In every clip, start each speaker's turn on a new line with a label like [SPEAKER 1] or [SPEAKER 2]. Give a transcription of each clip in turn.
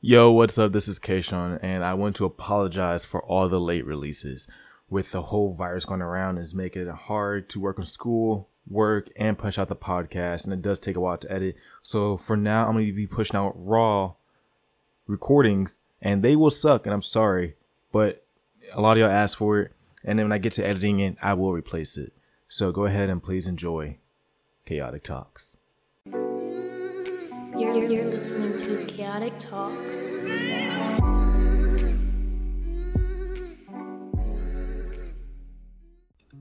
[SPEAKER 1] Yo, what's up? This is Kayshawn, and I want to apologize for all the late releases. With the whole virus going around, is making it hard to work on school, work, and punch out the podcast, and it does take a while to edit. So for now, I'm going to be pushing out raw recordings, and they will suck, and I'm sorry, but a lot of y'all asked for it, and then when I get to editing it, I will replace it. So go ahead and please enjoy Chaotic Talks.
[SPEAKER 2] You're, you're listening to Chaotic Talks.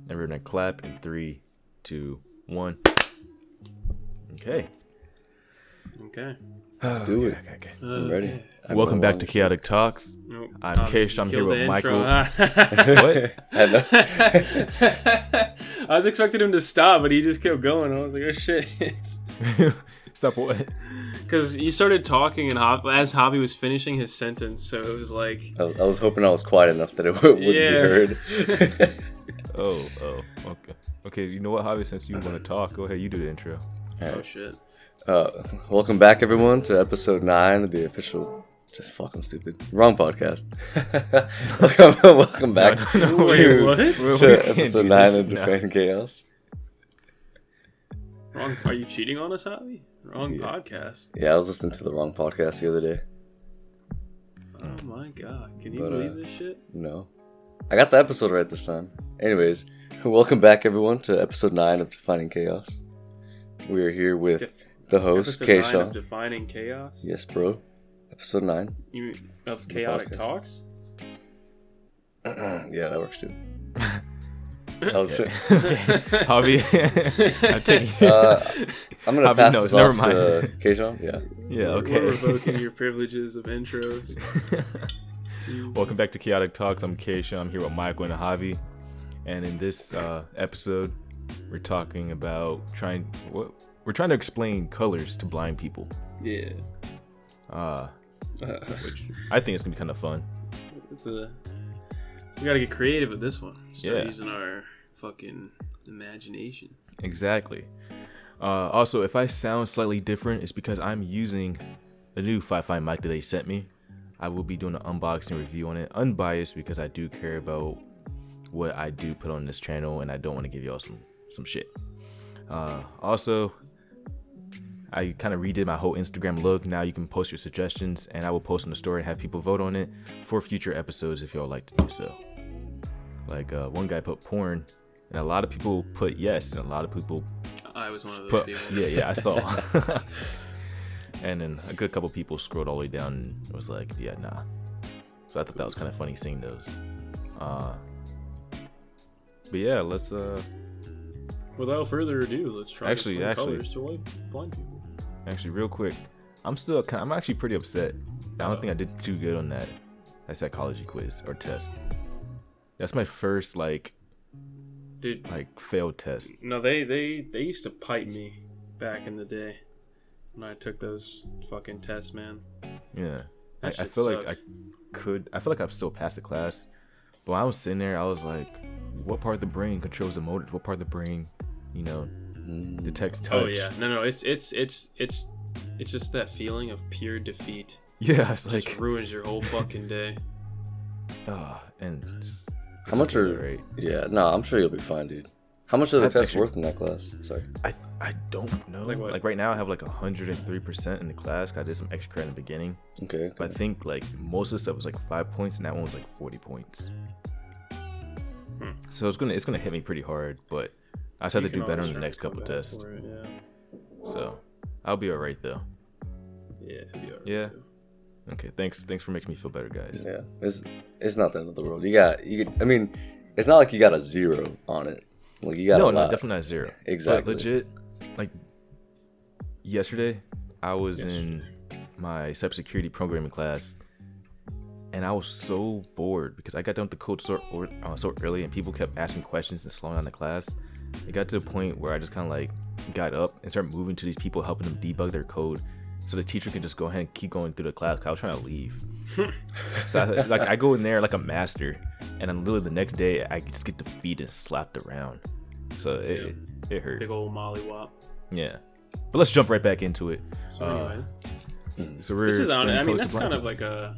[SPEAKER 1] And we're gonna clap in three, two, one. Okay.
[SPEAKER 3] Okay.
[SPEAKER 1] Let's
[SPEAKER 4] do it.
[SPEAKER 1] Okay, okay.
[SPEAKER 4] I'm ready. I've
[SPEAKER 1] Welcome
[SPEAKER 4] been
[SPEAKER 1] back
[SPEAKER 4] long
[SPEAKER 1] to
[SPEAKER 4] since-
[SPEAKER 1] Chaotic Talks.
[SPEAKER 3] Nope.
[SPEAKER 1] I'm
[SPEAKER 3] Tom,
[SPEAKER 1] Keish, I'm here
[SPEAKER 3] killed
[SPEAKER 1] with
[SPEAKER 3] the
[SPEAKER 1] Michael.
[SPEAKER 3] huh?
[SPEAKER 1] What?
[SPEAKER 4] I know.
[SPEAKER 3] I was expecting him to stop, but he just kept going. I was like, oh shit.
[SPEAKER 1] Stop what?
[SPEAKER 3] Because you started talking and Hop- as Javi was finishing his sentence, so it was like,
[SPEAKER 4] I was, I was hoping I was quiet enough that it would, would
[SPEAKER 3] Yeah.
[SPEAKER 4] be heard.
[SPEAKER 1] Oh, oh, okay. Okay, you know what, Javi? Since you want to talk, go ahead. You do the intro.
[SPEAKER 3] oh shit.
[SPEAKER 4] uh, welcome back, everyone, to episode nine of the official. Just fuck, I'm stupid. Wrong podcast. welcome, welcome back
[SPEAKER 1] no,
[SPEAKER 3] Wait,
[SPEAKER 4] to,
[SPEAKER 3] what?
[SPEAKER 1] We
[SPEAKER 4] to
[SPEAKER 1] can't do
[SPEAKER 4] episode nine
[SPEAKER 1] this
[SPEAKER 4] of
[SPEAKER 1] now.
[SPEAKER 4] Defend Chaos.
[SPEAKER 3] Wrong. Are you cheating on us, Javi? Wrong podcast.
[SPEAKER 4] Yeah, I was listening to the wrong podcast the other day.
[SPEAKER 1] Mm.
[SPEAKER 3] Oh my god. Can you
[SPEAKER 4] But, uh,
[SPEAKER 3] believe this shit?
[SPEAKER 4] No, I got the episode right this time. Anyways, welcome back, everyone, to episode nine of Defining Chaos. We are here with the host,
[SPEAKER 3] Episode nine of
[SPEAKER 4] Kayshawn.
[SPEAKER 3] Defining Chaos?
[SPEAKER 4] Yes, bro. Episode nine.
[SPEAKER 3] You mean of Chaotic
[SPEAKER 4] podcast.
[SPEAKER 3] Talks?
[SPEAKER 4] Yeah, that works too. That was-
[SPEAKER 1] Javi, I'm taking
[SPEAKER 4] uh, I'm gonna
[SPEAKER 1] Javi
[SPEAKER 4] pass
[SPEAKER 1] knows,
[SPEAKER 4] this
[SPEAKER 1] never
[SPEAKER 4] off to Keishon. Yeah,
[SPEAKER 1] Yeah,
[SPEAKER 3] We're revoking
[SPEAKER 1] okay.
[SPEAKER 3] your privileges of intros. Jeez.
[SPEAKER 1] Welcome back to Chaotic Talks. I'm Keisha. I'm here with Michael and Javi. And in this uh, episode, we're talking about trying what we're trying to explain colors to blind people.
[SPEAKER 3] Yeah.
[SPEAKER 1] Uh,
[SPEAKER 3] Uh,
[SPEAKER 1] I think it's gonna be kind of fun.
[SPEAKER 3] It's a- we gotta get creative with this one. Start
[SPEAKER 1] Yeah.
[SPEAKER 3] using our fucking imagination.
[SPEAKER 1] Exactly. Uh, also, if I sound slightly different, it's because I'm using the new Fi-Fi mic that they sent me. I will be doing an unboxing review on it, unbiased because I do care about what I do put on this channel, and I don't want to give y'all some some shit. Uh, also, I kind of redid my whole Instagram look. Now you can post your suggestions, and I will post on the story and have people vote on it for future episodes if y'all like to do so. Like uh, one guy put porn, and a lot of people put yes, and a lot of people
[SPEAKER 3] I was one of those
[SPEAKER 1] but
[SPEAKER 3] people.
[SPEAKER 1] yeah, yeah, I saw. and then a good couple people scrolled all the way down and was like, yeah, nah. So I thought that was kind of funny seeing those. Uh, but yeah, let's. Uh,
[SPEAKER 3] Without further ado, let's try
[SPEAKER 1] Actually,
[SPEAKER 3] to explain
[SPEAKER 1] actually.
[SPEAKER 3] colors to white blind people.
[SPEAKER 1] actually, real quick, I'm still. Kind I'm actually pretty upset. I don't think I did too good on that that psychology quiz or test. That's my first like
[SPEAKER 3] Dude,
[SPEAKER 1] like failed test.
[SPEAKER 3] no, they they they used to pipe me back in the day when I took those fucking tests, man.
[SPEAKER 1] Yeah, I,
[SPEAKER 3] That
[SPEAKER 1] I
[SPEAKER 3] shit
[SPEAKER 1] feel like
[SPEAKER 3] sucked.
[SPEAKER 1] I could. I feel like I've still passed the class, but when I was sitting there, I was like, "What part of the brain controls the motor? What part of the brain, you know, detects touch?"
[SPEAKER 3] Oh yeah, no, no, it's it's it's it's it's just that feeling of pure defeat.
[SPEAKER 1] yeah. It's
[SPEAKER 3] It just
[SPEAKER 1] like,
[SPEAKER 3] ruins your whole fucking day.
[SPEAKER 1] ah, and just, it's
[SPEAKER 4] how much
[SPEAKER 1] okay,
[SPEAKER 4] are? Yeah, no, I'm sure you'll be fine, dude. How much are the
[SPEAKER 1] I'd
[SPEAKER 4] tests
[SPEAKER 1] picture-
[SPEAKER 4] worth in that class? Sorry.
[SPEAKER 1] I I don't know. Like,
[SPEAKER 3] Like what?
[SPEAKER 1] right now, I have like hundred and three percent in the class. 'cause I did some extra credit in the beginning,
[SPEAKER 4] Okay.
[SPEAKER 1] but I think like most of the stuff was like five points, and that one was like forty points.
[SPEAKER 3] Hmm.
[SPEAKER 1] So it's gonna it's gonna hit me pretty hard, but I just have
[SPEAKER 3] You
[SPEAKER 1] to
[SPEAKER 3] can
[SPEAKER 1] do better
[SPEAKER 3] always
[SPEAKER 1] on the
[SPEAKER 3] try to
[SPEAKER 1] next
[SPEAKER 3] come
[SPEAKER 1] couple
[SPEAKER 3] back
[SPEAKER 1] tests.
[SPEAKER 3] for it, Yeah.
[SPEAKER 1] So I'll be alright though.
[SPEAKER 3] Yeah, it'd be alright.
[SPEAKER 1] Yeah. Okay, thanks. Thanks for making me feel better, guys.
[SPEAKER 4] Yeah, it's it's not the end of the world. You got you. Could, I mean, it's not like you got a zero on it. Like you got
[SPEAKER 1] no,
[SPEAKER 4] a
[SPEAKER 1] no,
[SPEAKER 4] lot.
[SPEAKER 1] definitely not zero.
[SPEAKER 4] Exactly.
[SPEAKER 1] But legit, like yesterday, I was in my cybersecurity programming class, and I was so bored because I got done with the code sort or, uh, so early, and people kept asking questions and slowing down the class. It got to a point where I just kind of like got up and started moving to these people, helping them debug their code, so the teacher can just go ahead and keep going through the class. 'cause I was trying to leave. So I, like I go in there like a master, and then literally the next day I just get defeated and slapped around. So it it hurt.
[SPEAKER 3] Big old mollywop.
[SPEAKER 4] Oh,
[SPEAKER 1] Yeah, but let's jump right back into it.
[SPEAKER 3] So
[SPEAKER 1] Uh,
[SPEAKER 3] anyway,
[SPEAKER 1] So we're
[SPEAKER 3] This is on
[SPEAKER 1] exploring
[SPEAKER 3] I mean,
[SPEAKER 1] post-apocalypse.
[SPEAKER 3] that's kind of like a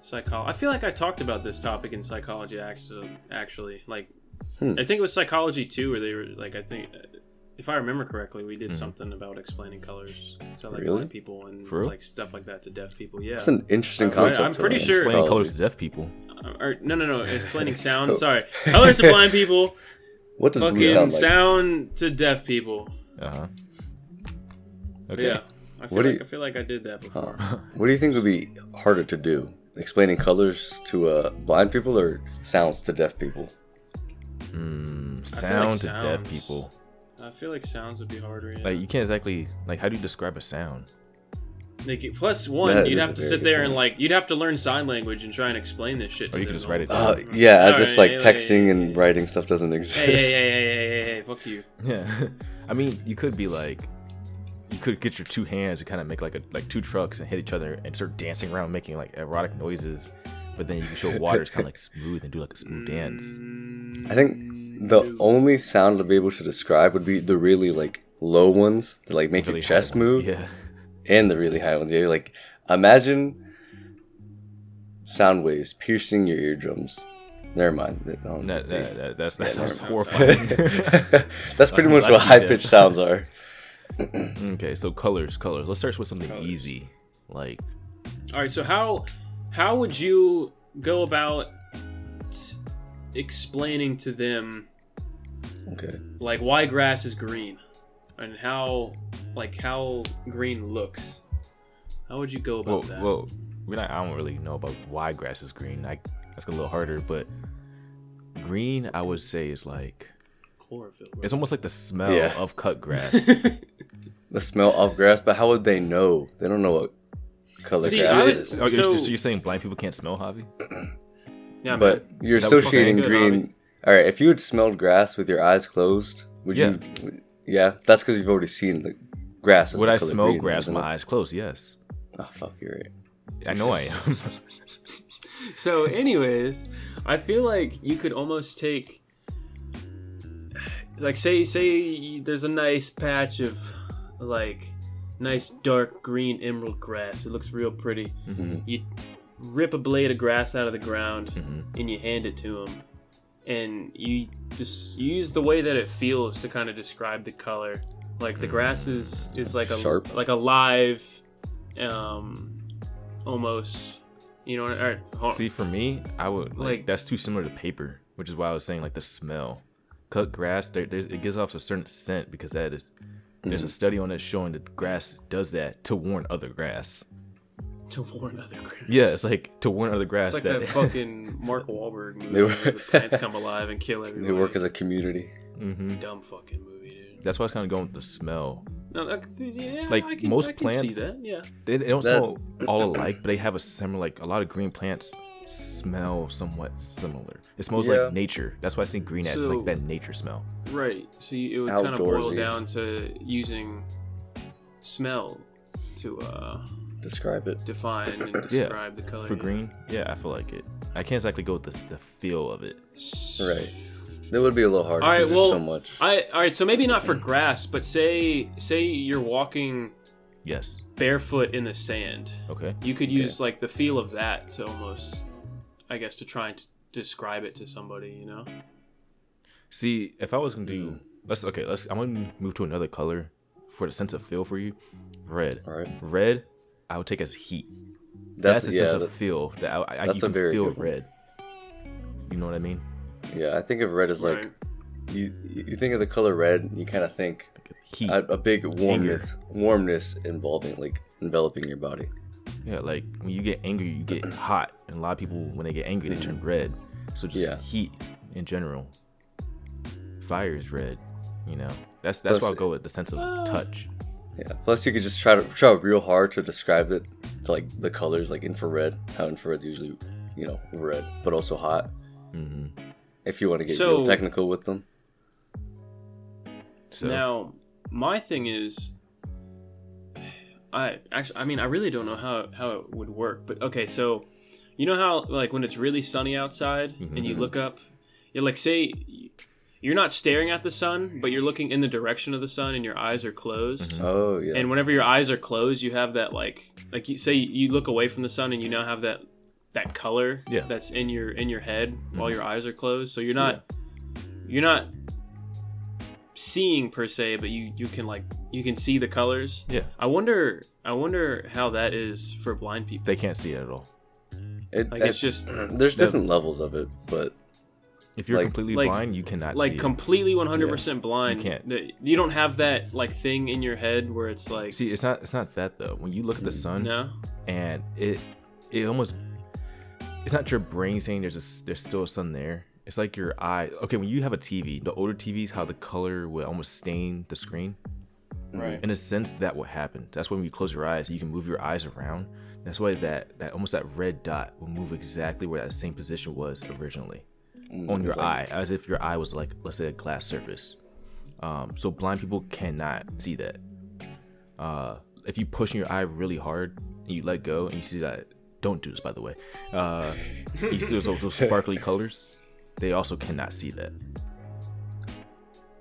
[SPEAKER 3] psychology. I feel like I talked about this topic in psychology actually. Actually, like
[SPEAKER 4] Hmm.
[SPEAKER 3] I think it was psychology too, where they were like, I think if I remember correctly, we did something about explaining colors to like
[SPEAKER 4] Hmm. Really?
[SPEAKER 3] blind people and
[SPEAKER 1] For real?
[SPEAKER 3] like stuff like that to deaf people. Yeah.
[SPEAKER 4] That's an interesting
[SPEAKER 3] Uh, well,
[SPEAKER 4] concept.
[SPEAKER 3] I'm pretty
[SPEAKER 4] though, in
[SPEAKER 3] sure-
[SPEAKER 1] explaining
[SPEAKER 4] psychology.
[SPEAKER 1] colors to deaf people.
[SPEAKER 3] Uh, or, no, no, no. Explaining sound.
[SPEAKER 4] Oh.
[SPEAKER 3] Sorry, colors to blind people.
[SPEAKER 4] What does
[SPEAKER 3] fucking
[SPEAKER 4] blue sound
[SPEAKER 3] sound,
[SPEAKER 4] like?
[SPEAKER 3] to deaf people.
[SPEAKER 1] Uh huh. Okay.
[SPEAKER 3] Yeah. I feel,
[SPEAKER 4] What do
[SPEAKER 3] like,
[SPEAKER 4] you-
[SPEAKER 3] I feel like I did that before.
[SPEAKER 4] Huh. What do you think would be harder to do? Explaining colors to uh, blind people or sounds to deaf people?
[SPEAKER 1] Mm,
[SPEAKER 3] like
[SPEAKER 1] sound to
[SPEAKER 3] sounds-
[SPEAKER 1] deaf people.
[SPEAKER 3] I feel like sounds would be harder. Yeah.
[SPEAKER 1] Like you can't exactly like how do you describe a sound?
[SPEAKER 3] Like, plus one,
[SPEAKER 4] That
[SPEAKER 3] you'd
[SPEAKER 4] is
[SPEAKER 3] have
[SPEAKER 4] a
[SPEAKER 3] to
[SPEAKER 4] very
[SPEAKER 3] sit
[SPEAKER 4] good
[SPEAKER 3] there
[SPEAKER 4] point.
[SPEAKER 3] and like you'd have to learn sign language and try and explain this shit.
[SPEAKER 1] Or
[SPEAKER 3] to
[SPEAKER 1] you could
[SPEAKER 3] them
[SPEAKER 1] just write it down.
[SPEAKER 3] all the
[SPEAKER 4] Uh,
[SPEAKER 3] time.
[SPEAKER 4] yeah, as
[SPEAKER 3] Alright,
[SPEAKER 4] if like
[SPEAKER 3] yeah, yeah,
[SPEAKER 4] texting
[SPEAKER 3] yeah,
[SPEAKER 4] and
[SPEAKER 3] yeah.
[SPEAKER 4] writing stuff doesn't exist.
[SPEAKER 3] Hey, hey, hey, hey, hey, hey, hey, fuck you.
[SPEAKER 1] Yeah. I mean, you could be like, you could get your two hands and kind of make like a like two trucks and hit each other and start dancing around, making like erotic noises. But then you can show water is kind of like smooth and do like a smooth dance.
[SPEAKER 3] Mm.
[SPEAKER 4] I think the only sound to be able to describe would be the really like low ones that like make
[SPEAKER 1] Really
[SPEAKER 4] your
[SPEAKER 1] high
[SPEAKER 4] chest
[SPEAKER 1] ones.
[SPEAKER 4] move,
[SPEAKER 1] Yeah.
[SPEAKER 4] and the really high ones. Yeah, like imagine sound waves piercing your eardrums. Never mind. that- I don't-
[SPEAKER 1] That, that, that, that's, that sounds
[SPEAKER 3] sounds
[SPEAKER 1] horrifying.
[SPEAKER 4] That's pretty
[SPEAKER 1] Uh,
[SPEAKER 4] much
[SPEAKER 1] that's
[SPEAKER 4] what
[SPEAKER 1] too
[SPEAKER 4] high
[SPEAKER 1] deaf.
[SPEAKER 4] pitched sounds are.
[SPEAKER 1] okay, so colors, colors. Let's start with something
[SPEAKER 3] Colors.
[SPEAKER 1] easy, like
[SPEAKER 3] All right, so how how would you go about t- explaining to them
[SPEAKER 4] Okay.
[SPEAKER 3] like why grass is green and how like how green looks? How would you go
[SPEAKER 1] Well,
[SPEAKER 3] about that?
[SPEAKER 1] well, we not, I don't really know about why grass is green. Like that's a little harder, but green, I would say, is like
[SPEAKER 3] Chlorophyll.
[SPEAKER 1] it's almost like the smell
[SPEAKER 4] Yeah.
[SPEAKER 1] of cut grass.
[SPEAKER 4] The smell of grass, but how would they know? They don't know what color
[SPEAKER 3] See,
[SPEAKER 4] grass
[SPEAKER 3] I would-
[SPEAKER 4] is.
[SPEAKER 1] Okay, so,
[SPEAKER 3] So-
[SPEAKER 1] so Oh, you're saying blind people can't smell, Javi?
[SPEAKER 3] yeah,
[SPEAKER 4] But
[SPEAKER 3] man.
[SPEAKER 4] you're
[SPEAKER 1] That would fucking
[SPEAKER 4] associating
[SPEAKER 3] be good,
[SPEAKER 4] green.
[SPEAKER 3] Avi.
[SPEAKER 4] All right, if you had smelled grass with your eyes closed, would you? would- Yeah, that's because you've already seen the grass. as
[SPEAKER 1] Would
[SPEAKER 4] the
[SPEAKER 1] I
[SPEAKER 4] color
[SPEAKER 1] smell
[SPEAKER 4] green,
[SPEAKER 1] grass
[SPEAKER 4] isn't
[SPEAKER 1] with my
[SPEAKER 4] it?
[SPEAKER 1] eyes closed? Yes.
[SPEAKER 4] Oh fuck, you're right.
[SPEAKER 1] I know I am.
[SPEAKER 3] So, anyways, I feel like you could almost take, like, say, say there's a nice patch of, like, nice dark green emerald grass. It looks real pretty.
[SPEAKER 4] Mhm.
[SPEAKER 3] You rip a blade of grass out of the ground
[SPEAKER 1] Mhm.
[SPEAKER 3] and you hand it to him, and you just use the way that it feels to kind of describe the color. Like the grass is is like a
[SPEAKER 4] Sharp.
[SPEAKER 3] like a live, um, almost. You know, all right, hold on.
[SPEAKER 1] See, for me, I would like,
[SPEAKER 3] Like-
[SPEAKER 1] that's too similar to paper, which is why I was saying like the smell. Cut grass, there, there's, it gives off a certain scent because that is- There's
[SPEAKER 4] Mm-hmm.
[SPEAKER 1] a study on it showing that grass does that to warn other grass.
[SPEAKER 3] to warn other critters.
[SPEAKER 1] Yeah, it's like to warn other grass
[SPEAKER 3] It's like
[SPEAKER 1] that.
[SPEAKER 3] that fucking Mark Wahlberg movie
[SPEAKER 4] They were-
[SPEAKER 3] where the plants come alive and kill everybody.
[SPEAKER 4] They work as a community.
[SPEAKER 1] hmm
[SPEAKER 3] dumb fucking movie, dude.
[SPEAKER 1] That's why I was kind of going with the smell.
[SPEAKER 3] No, I c- yeah,
[SPEAKER 1] Like,
[SPEAKER 3] I can,
[SPEAKER 1] most
[SPEAKER 3] I can
[SPEAKER 1] plants-
[SPEAKER 3] see that. Yeah,
[SPEAKER 1] They, they don't
[SPEAKER 4] That-
[SPEAKER 1] smell all alike, but they have a similar. Like a lot of green plants smell somewhat similar. It smells
[SPEAKER 4] Yeah.
[SPEAKER 1] like nature. That's why I think green as is
[SPEAKER 3] So-
[SPEAKER 1] like that nature smell.
[SPEAKER 3] right. So you, it would kind of boil
[SPEAKER 4] Outdoorsy.
[SPEAKER 3] down to using smell to uh,
[SPEAKER 4] Describe it.
[SPEAKER 3] define and describe the color
[SPEAKER 1] For
[SPEAKER 3] yeah.
[SPEAKER 1] green, yeah, I feel like it. I can't exactly go with the, the feel of it.
[SPEAKER 3] S-
[SPEAKER 4] Right. That would be a little hard.
[SPEAKER 3] All right,
[SPEAKER 4] because
[SPEAKER 3] well,
[SPEAKER 4] there's so much.
[SPEAKER 3] I all right. So maybe not for grass, but say say you're walking
[SPEAKER 1] Yes.
[SPEAKER 3] barefoot in the sand.
[SPEAKER 1] Okay.
[SPEAKER 3] you could use like the feel of that to almost i guess to try and t- describe it to somebody you know
[SPEAKER 1] See, if I was gonna do, let's okay, let's. I'm gonna move to another color for the sense of feel for you. Red.
[SPEAKER 4] All right.
[SPEAKER 1] Red, I would take as heat.
[SPEAKER 4] That's,
[SPEAKER 1] That's, a
[SPEAKER 4] yeah.
[SPEAKER 1] sense
[SPEAKER 4] that-
[SPEAKER 1] of feel that I, I
[SPEAKER 4] that's
[SPEAKER 1] you
[SPEAKER 4] a
[SPEAKER 1] can
[SPEAKER 4] very
[SPEAKER 1] feel
[SPEAKER 4] good one.
[SPEAKER 1] red. You know what I mean?
[SPEAKER 4] yeah, I think of red as like
[SPEAKER 3] Right.
[SPEAKER 4] you. You think of the color red, and you kind of think
[SPEAKER 1] Heat.
[SPEAKER 4] a, a big warmness, warmness involving like enveloping your body.
[SPEAKER 1] Yeah, like when you get angry, you get hot, and a lot of people when they get angry, they turn red. So just
[SPEAKER 4] Mm. Yeah.
[SPEAKER 1] heat in general. Fire is red. You know, that's that's why I
[SPEAKER 4] Plus-
[SPEAKER 1] go with the sense of
[SPEAKER 3] Uh.
[SPEAKER 1] touch.
[SPEAKER 4] Yeah. Plus, you could just try to try real hard to describe it to like the colors, like infrared. How infrared's usually, you know, red, but also hot.
[SPEAKER 1] hmm
[SPEAKER 4] If you want to get
[SPEAKER 3] So-
[SPEAKER 4] real technical with them,
[SPEAKER 1] So
[SPEAKER 3] now my thing is i actually i mean i really don't know how how it would work but okay so you know how like when it's really sunny outside and you
[SPEAKER 1] Mhm.
[SPEAKER 3] look up you're like say you you're not staring at the sun, but you're looking in the direction of the sun, and your eyes are closed.
[SPEAKER 4] Oh yeah.
[SPEAKER 3] And whenever your eyes are closed, you have that like like you say you look away from the sun, and you now have that that color
[SPEAKER 1] Yeah. Mm-hmm.
[SPEAKER 3] that's in your in your head while your eyes are closed. So you're not you're not seeing per se, but you you can like you can see the colors.
[SPEAKER 1] Yeah.
[SPEAKER 3] I wonder I wonder how that is for blind people.
[SPEAKER 1] They can't see it at all.
[SPEAKER 4] It-
[SPEAKER 3] Like it's
[SPEAKER 4] it-
[SPEAKER 3] just
[SPEAKER 4] there's different levels of it, but
[SPEAKER 1] If you're
[SPEAKER 4] Like-
[SPEAKER 1] completely
[SPEAKER 3] like-
[SPEAKER 1] blind, you cannot
[SPEAKER 3] like
[SPEAKER 1] see.
[SPEAKER 3] completely 100% blind.
[SPEAKER 1] You can't.
[SPEAKER 3] The- you don't have that like thing in your head where it's like
[SPEAKER 1] it. See, it's not it's not that though. When you look at
[SPEAKER 4] Mm,
[SPEAKER 1] the sun
[SPEAKER 3] no.
[SPEAKER 1] and it it almost it's not your brain saying there's a s there's still a sun there. It's like your eye. Okay, when you have a TV, the older TVs, how the color will almost stain the screen.
[SPEAKER 3] Right.
[SPEAKER 1] in a sense that will happen that's when you close your eyes you can move your eyes around that's why that that almost that red dot will move exactly where that same position was originally on your eye as if your eye was like let's say a glass surface um, so blind people cannot see that uh, if you push your eye really hard and you let go and you see that don't do this by the way uh, you see those, those sparkly colors they also cannot see that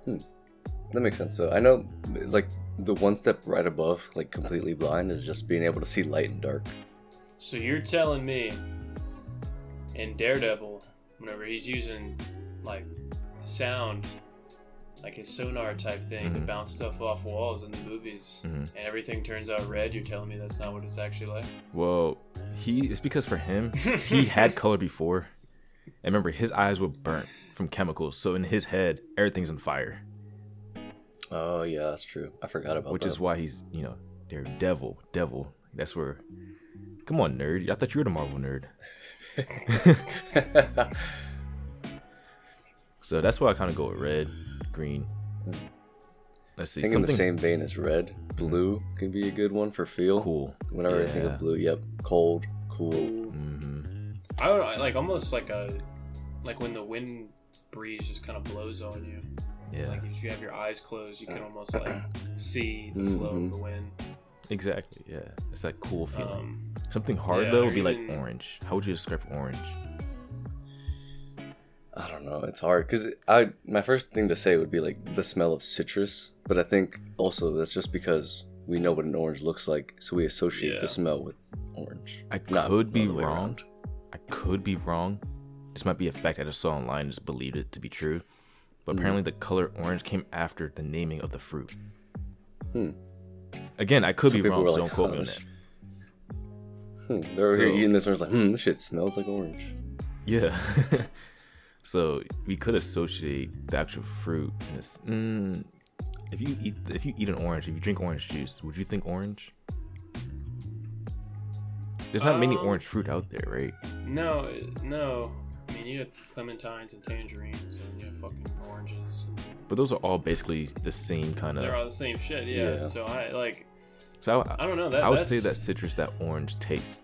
[SPEAKER 4] that makes sense. So I know, like the one step right above, like completely blind, is just being able to see light and dark.
[SPEAKER 3] So you're telling me in Daredevil, whenever he's using like sound, like his sonar type thing to
[SPEAKER 1] Mhm.
[SPEAKER 3] bounce stuff off walls in the movies,
[SPEAKER 1] Mhm.
[SPEAKER 3] and everything turns out red, you're telling me that's not what it's actually like?
[SPEAKER 1] Well, he it's because for him, he had color before. And remember, his eyes were burnt from chemicals, so in his head, everything's on fire,
[SPEAKER 4] Oh yeah, that's true. I forgot about
[SPEAKER 1] which
[SPEAKER 4] that.
[SPEAKER 1] is why he's you know they're devil, devil. That's where. Come on, nerd! I thought you were the Marvel nerd. So that's why I kind of go with red, green. Let's
[SPEAKER 4] I
[SPEAKER 1] see
[SPEAKER 4] think in the
[SPEAKER 1] something
[SPEAKER 4] same vein as red, blue can be a good one for feel.
[SPEAKER 1] cool.
[SPEAKER 4] Whenever I think
[SPEAKER 1] Yeah.
[SPEAKER 4] of blue, yep, cold, cool.
[SPEAKER 1] hmm
[SPEAKER 3] I don't know, like almost like a like when the wind breeze just kind of blows on you.
[SPEAKER 1] Yeah, Uh,
[SPEAKER 3] Like if you have your eyes closed, you can almost like see the flow of the wind.
[SPEAKER 1] exactly. Yeah, it's that cool Mm-hmm. feeling.
[SPEAKER 3] Um,
[SPEAKER 1] something hard
[SPEAKER 3] yeah,
[SPEAKER 1] though
[SPEAKER 3] or
[SPEAKER 1] would be like
[SPEAKER 3] even-
[SPEAKER 1] orange. How would you describe orange?
[SPEAKER 4] I don't know. It's hard because I my first thing to say would be like the smell of citrus, but I think also that's just because we know what an orange looks like, so we associate
[SPEAKER 3] Yeah.
[SPEAKER 4] the smell with orange.
[SPEAKER 1] I
[SPEAKER 4] Not
[SPEAKER 1] could be
[SPEAKER 4] the other way
[SPEAKER 1] wrong.
[SPEAKER 4] around.
[SPEAKER 1] I could be wrong. This might be a fact I just saw online and just believed it to be true. But apparently, the color orange came after the naming of the fruit.
[SPEAKER 4] Hmm.
[SPEAKER 1] Again, I could
[SPEAKER 4] Some
[SPEAKER 1] be
[SPEAKER 4] people
[SPEAKER 1] wrong,
[SPEAKER 4] were
[SPEAKER 1] so
[SPEAKER 4] like, "Oh,
[SPEAKER 1] don't quote
[SPEAKER 4] "Huh,
[SPEAKER 1] me on
[SPEAKER 4] this-
[SPEAKER 1] that.
[SPEAKER 4] Hmm, they're over here
[SPEAKER 1] So-
[SPEAKER 4] eating this, and it's like, hmm, this shit smells like orange.
[SPEAKER 1] Yeah. so we could associate the actual fruit. And it's, mm, if you eat, if you eat an orange, if you drink orange juice, would you think orange? There's not many
[SPEAKER 3] Um,
[SPEAKER 1] orange fruit out there, right?
[SPEAKER 3] no, no. I mean, you have clementines and tangerines, and you have fucking oranges. And
[SPEAKER 1] But those are all basically the same kind
[SPEAKER 3] They're
[SPEAKER 1] of.
[SPEAKER 3] all the same shit. Yeah.
[SPEAKER 4] Yeah.
[SPEAKER 3] So I like.
[SPEAKER 1] So I,
[SPEAKER 3] I don't know. That
[SPEAKER 1] I would
[SPEAKER 3] that's,
[SPEAKER 1] say that citrus, that orange taste.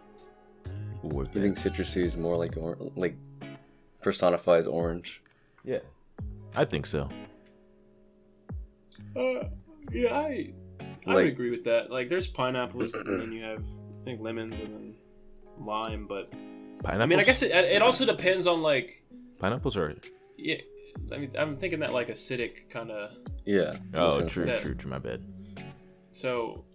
[SPEAKER 1] will work
[SPEAKER 4] You
[SPEAKER 1] there.
[SPEAKER 4] think citrusy is more like or- like personifies orange?
[SPEAKER 1] Yeah. I think so.
[SPEAKER 3] Uh, yeah, I. I would
[SPEAKER 4] Like-
[SPEAKER 3] agree with that. Like, there's pineapples, and then you have I think lemons, and then lime. But
[SPEAKER 1] Pineapples.
[SPEAKER 3] I mean, I guess it, it also depends on like.
[SPEAKER 1] pineapples are.
[SPEAKER 3] Yeah, I mean, I'm thinking that like acidic kind of.
[SPEAKER 4] Yeah. that's
[SPEAKER 1] Oh,
[SPEAKER 4] what I'm
[SPEAKER 1] true,
[SPEAKER 4] thinking.
[SPEAKER 3] Yeah.
[SPEAKER 1] true, true. My bad.
[SPEAKER 3] So,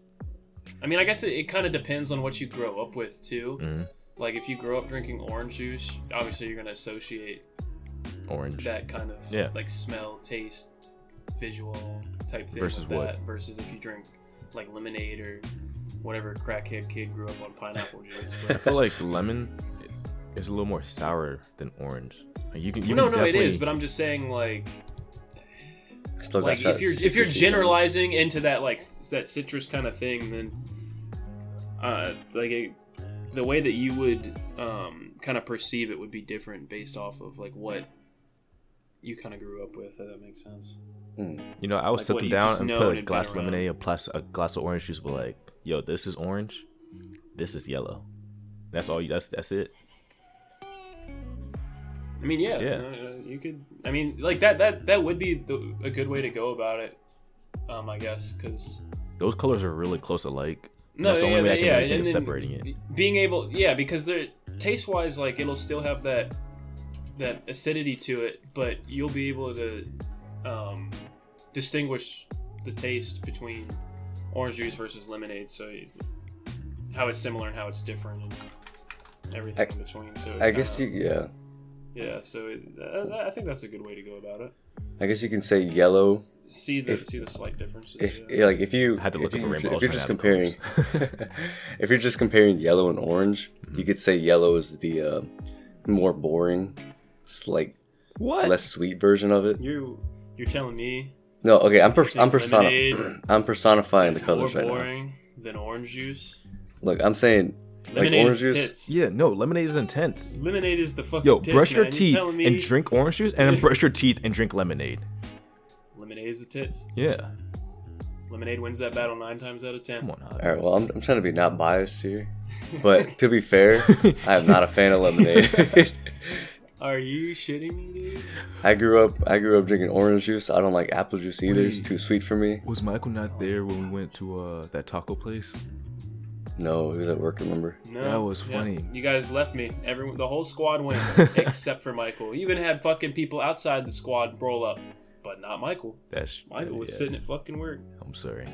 [SPEAKER 3] I mean, I guess it, it kind of depends on what you grow up with too.
[SPEAKER 1] Mhm.
[SPEAKER 3] Like, if you grow up drinking orange juice, obviously you're gonna associate
[SPEAKER 1] Orange.
[SPEAKER 3] that kind of
[SPEAKER 1] Yeah.
[SPEAKER 3] like smell, taste, visual type thing
[SPEAKER 1] Versus
[SPEAKER 3] with
[SPEAKER 1] what?
[SPEAKER 3] that versus if you drink like lemonade or whatever crackhead kid grew up on pineapple juice.
[SPEAKER 1] I
[SPEAKER 3] But,
[SPEAKER 1] feel like lemon is a little more sour than orange. Like, you can. You
[SPEAKER 3] no,
[SPEAKER 1] can
[SPEAKER 3] no, it is.
[SPEAKER 1] definitely-
[SPEAKER 3] But I'm just saying, like,
[SPEAKER 4] I still got
[SPEAKER 3] like
[SPEAKER 4] shot
[SPEAKER 3] if you're
[SPEAKER 4] at
[SPEAKER 3] if you're
[SPEAKER 4] citrusy.
[SPEAKER 3] generalizing into that like s- that citrus kind of thing, then uh, like it, the way that you would um, kind of perceive it would be different based off of like what you kind of grew up with. If that makes sense.
[SPEAKER 1] you know, I would
[SPEAKER 3] like
[SPEAKER 1] sit
[SPEAKER 3] what
[SPEAKER 1] them
[SPEAKER 3] you
[SPEAKER 1] down
[SPEAKER 3] just
[SPEAKER 1] and
[SPEAKER 3] know
[SPEAKER 1] put
[SPEAKER 3] and
[SPEAKER 1] a
[SPEAKER 3] been
[SPEAKER 1] glass of
[SPEAKER 3] around.
[SPEAKER 1] lemonade, a, plas- a glass of orange juice, but like, yo, this is orange. This is yellow. That's all. You, that's that's it.
[SPEAKER 3] I mean, yeah,
[SPEAKER 1] Yeah.
[SPEAKER 3] uh, you could. I mean, like that that that would be the, a good way to go about it. Um, I guess because
[SPEAKER 1] Those colors are really close alike.
[SPEAKER 3] no,
[SPEAKER 1] that's the
[SPEAKER 3] yeah,
[SPEAKER 1] only way I
[SPEAKER 3] that-
[SPEAKER 1] can
[SPEAKER 3] yeah,
[SPEAKER 1] really think of
[SPEAKER 3] and then
[SPEAKER 1] separating it.
[SPEAKER 3] b- Being able, yeah, because they're taste wise, like it'll still have that that acidity to it, but you'll be able to um, distinguish the taste between orange juice versus lemonade. So you, how it's similar and how it's different and everything
[SPEAKER 4] I-
[SPEAKER 3] in between. So it
[SPEAKER 4] I guess you
[SPEAKER 3] kinda-
[SPEAKER 4] yeah.
[SPEAKER 3] yeah. So it, I, I think that's a good way to go about it.
[SPEAKER 4] I guess you can say yellow
[SPEAKER 3] See the
[SPEAKER 4] If-
[SPEAKER 3] see the slight differences.
[SPEAKER 4] if
[SPEAKER 3] yeah.
[SPEAKER 4] like if you
[SPEAKER 1] I had to look up
[SPEAKER 4] if,
[SPEAKER 1] a
[SPEAKER 4] you,
[SPEAKER 1] rainbow. I was
[SPEAKER 4] if you're
[SPEAKER 1] running
[SPEAKER 4] just
[SPEAKER 1] out of colors.
[SPEAKER 4] comparing if you're just comparing yellow and orange,
[SPEAKER 1] Mm-hmm.
[SPEAKER 4] you could say yellow is the uh, more boring, s- like
[SPEAKER 1] What?
[SPEAKER 4] less sweet version of it.
[SPEAKER 3] You you're telling me
[SPEAKER 4] No, okay, I'm per-
[SPEAKER 3] Saying
[SPEAKER 4] I'm persona-
[SPEAKER 3] lemonade
[SPEAKER 4] I'm personifying
[SPEAKER 3] it's
[SPEAKER 4] the
[SPEAKER 3] more
[SPEAKER 4] colors right now.
[SPEAKER 3] boring than orange juice?
[SPEAKER 4] Look, I'm saying like
[SPEAKER 3] Lemonade
[SPEAKER 4] orange
[SPEAKER 3] is
[SPEAKER 4] juice.
[SPEAKER 3] tits.
[SPEAKER 1] Yeah, no, lemonade is intense.
[SPEAKER 3] Lemonade is the fucking.
[SPEAKER 1] Yo,
[SPEAKER 3] tits,
[SPEAKER 1] brush your
[SPEAKER 3] man. You
[SPEAKER 1] teeth
[SPEAKER 3] telling me
[SPEAKER 1] and drink orange juice, and then brush your teeth and drink lemonade.
[SPEAKER 3] Lemonade is the tits.
[SPEAKER 1] Yeah,
[SPEAKER 3] Lemonade wins that battle nine times out of ten.
[SPEAKER 1] come on. Hug.
[SPEAKER 4] All right, well, I'm, I'm trying to be not biased here, but to be fair, I am not a fan of lemonade.
[SPEAKER 3] Are you shitting me, dude?
[SPEAKER 4] I grew up I grew up drinking orange juice. I don't like apple juice either. It's too sweet for me.
[SPEAKER 1] Was Michael not there when we went to uh, that taco place?
[SPEAKER 4] No, it was at work. Remember?
[SPEAKER 3] No.
[SPEAKER 1] That was funny.
[SPEAKER 3] You guys left me. Everyone, the whole squad went except for Michael. You even had fucking people outside the squad roll up, but not Michael.
[SPEAKER 1] That's
[SPEAKER 3] Michael was
[SPEAKER 1] yeah,
[SPEAKER 3] sitting at fucking work.
[SPEAKER 1] I'm sorry.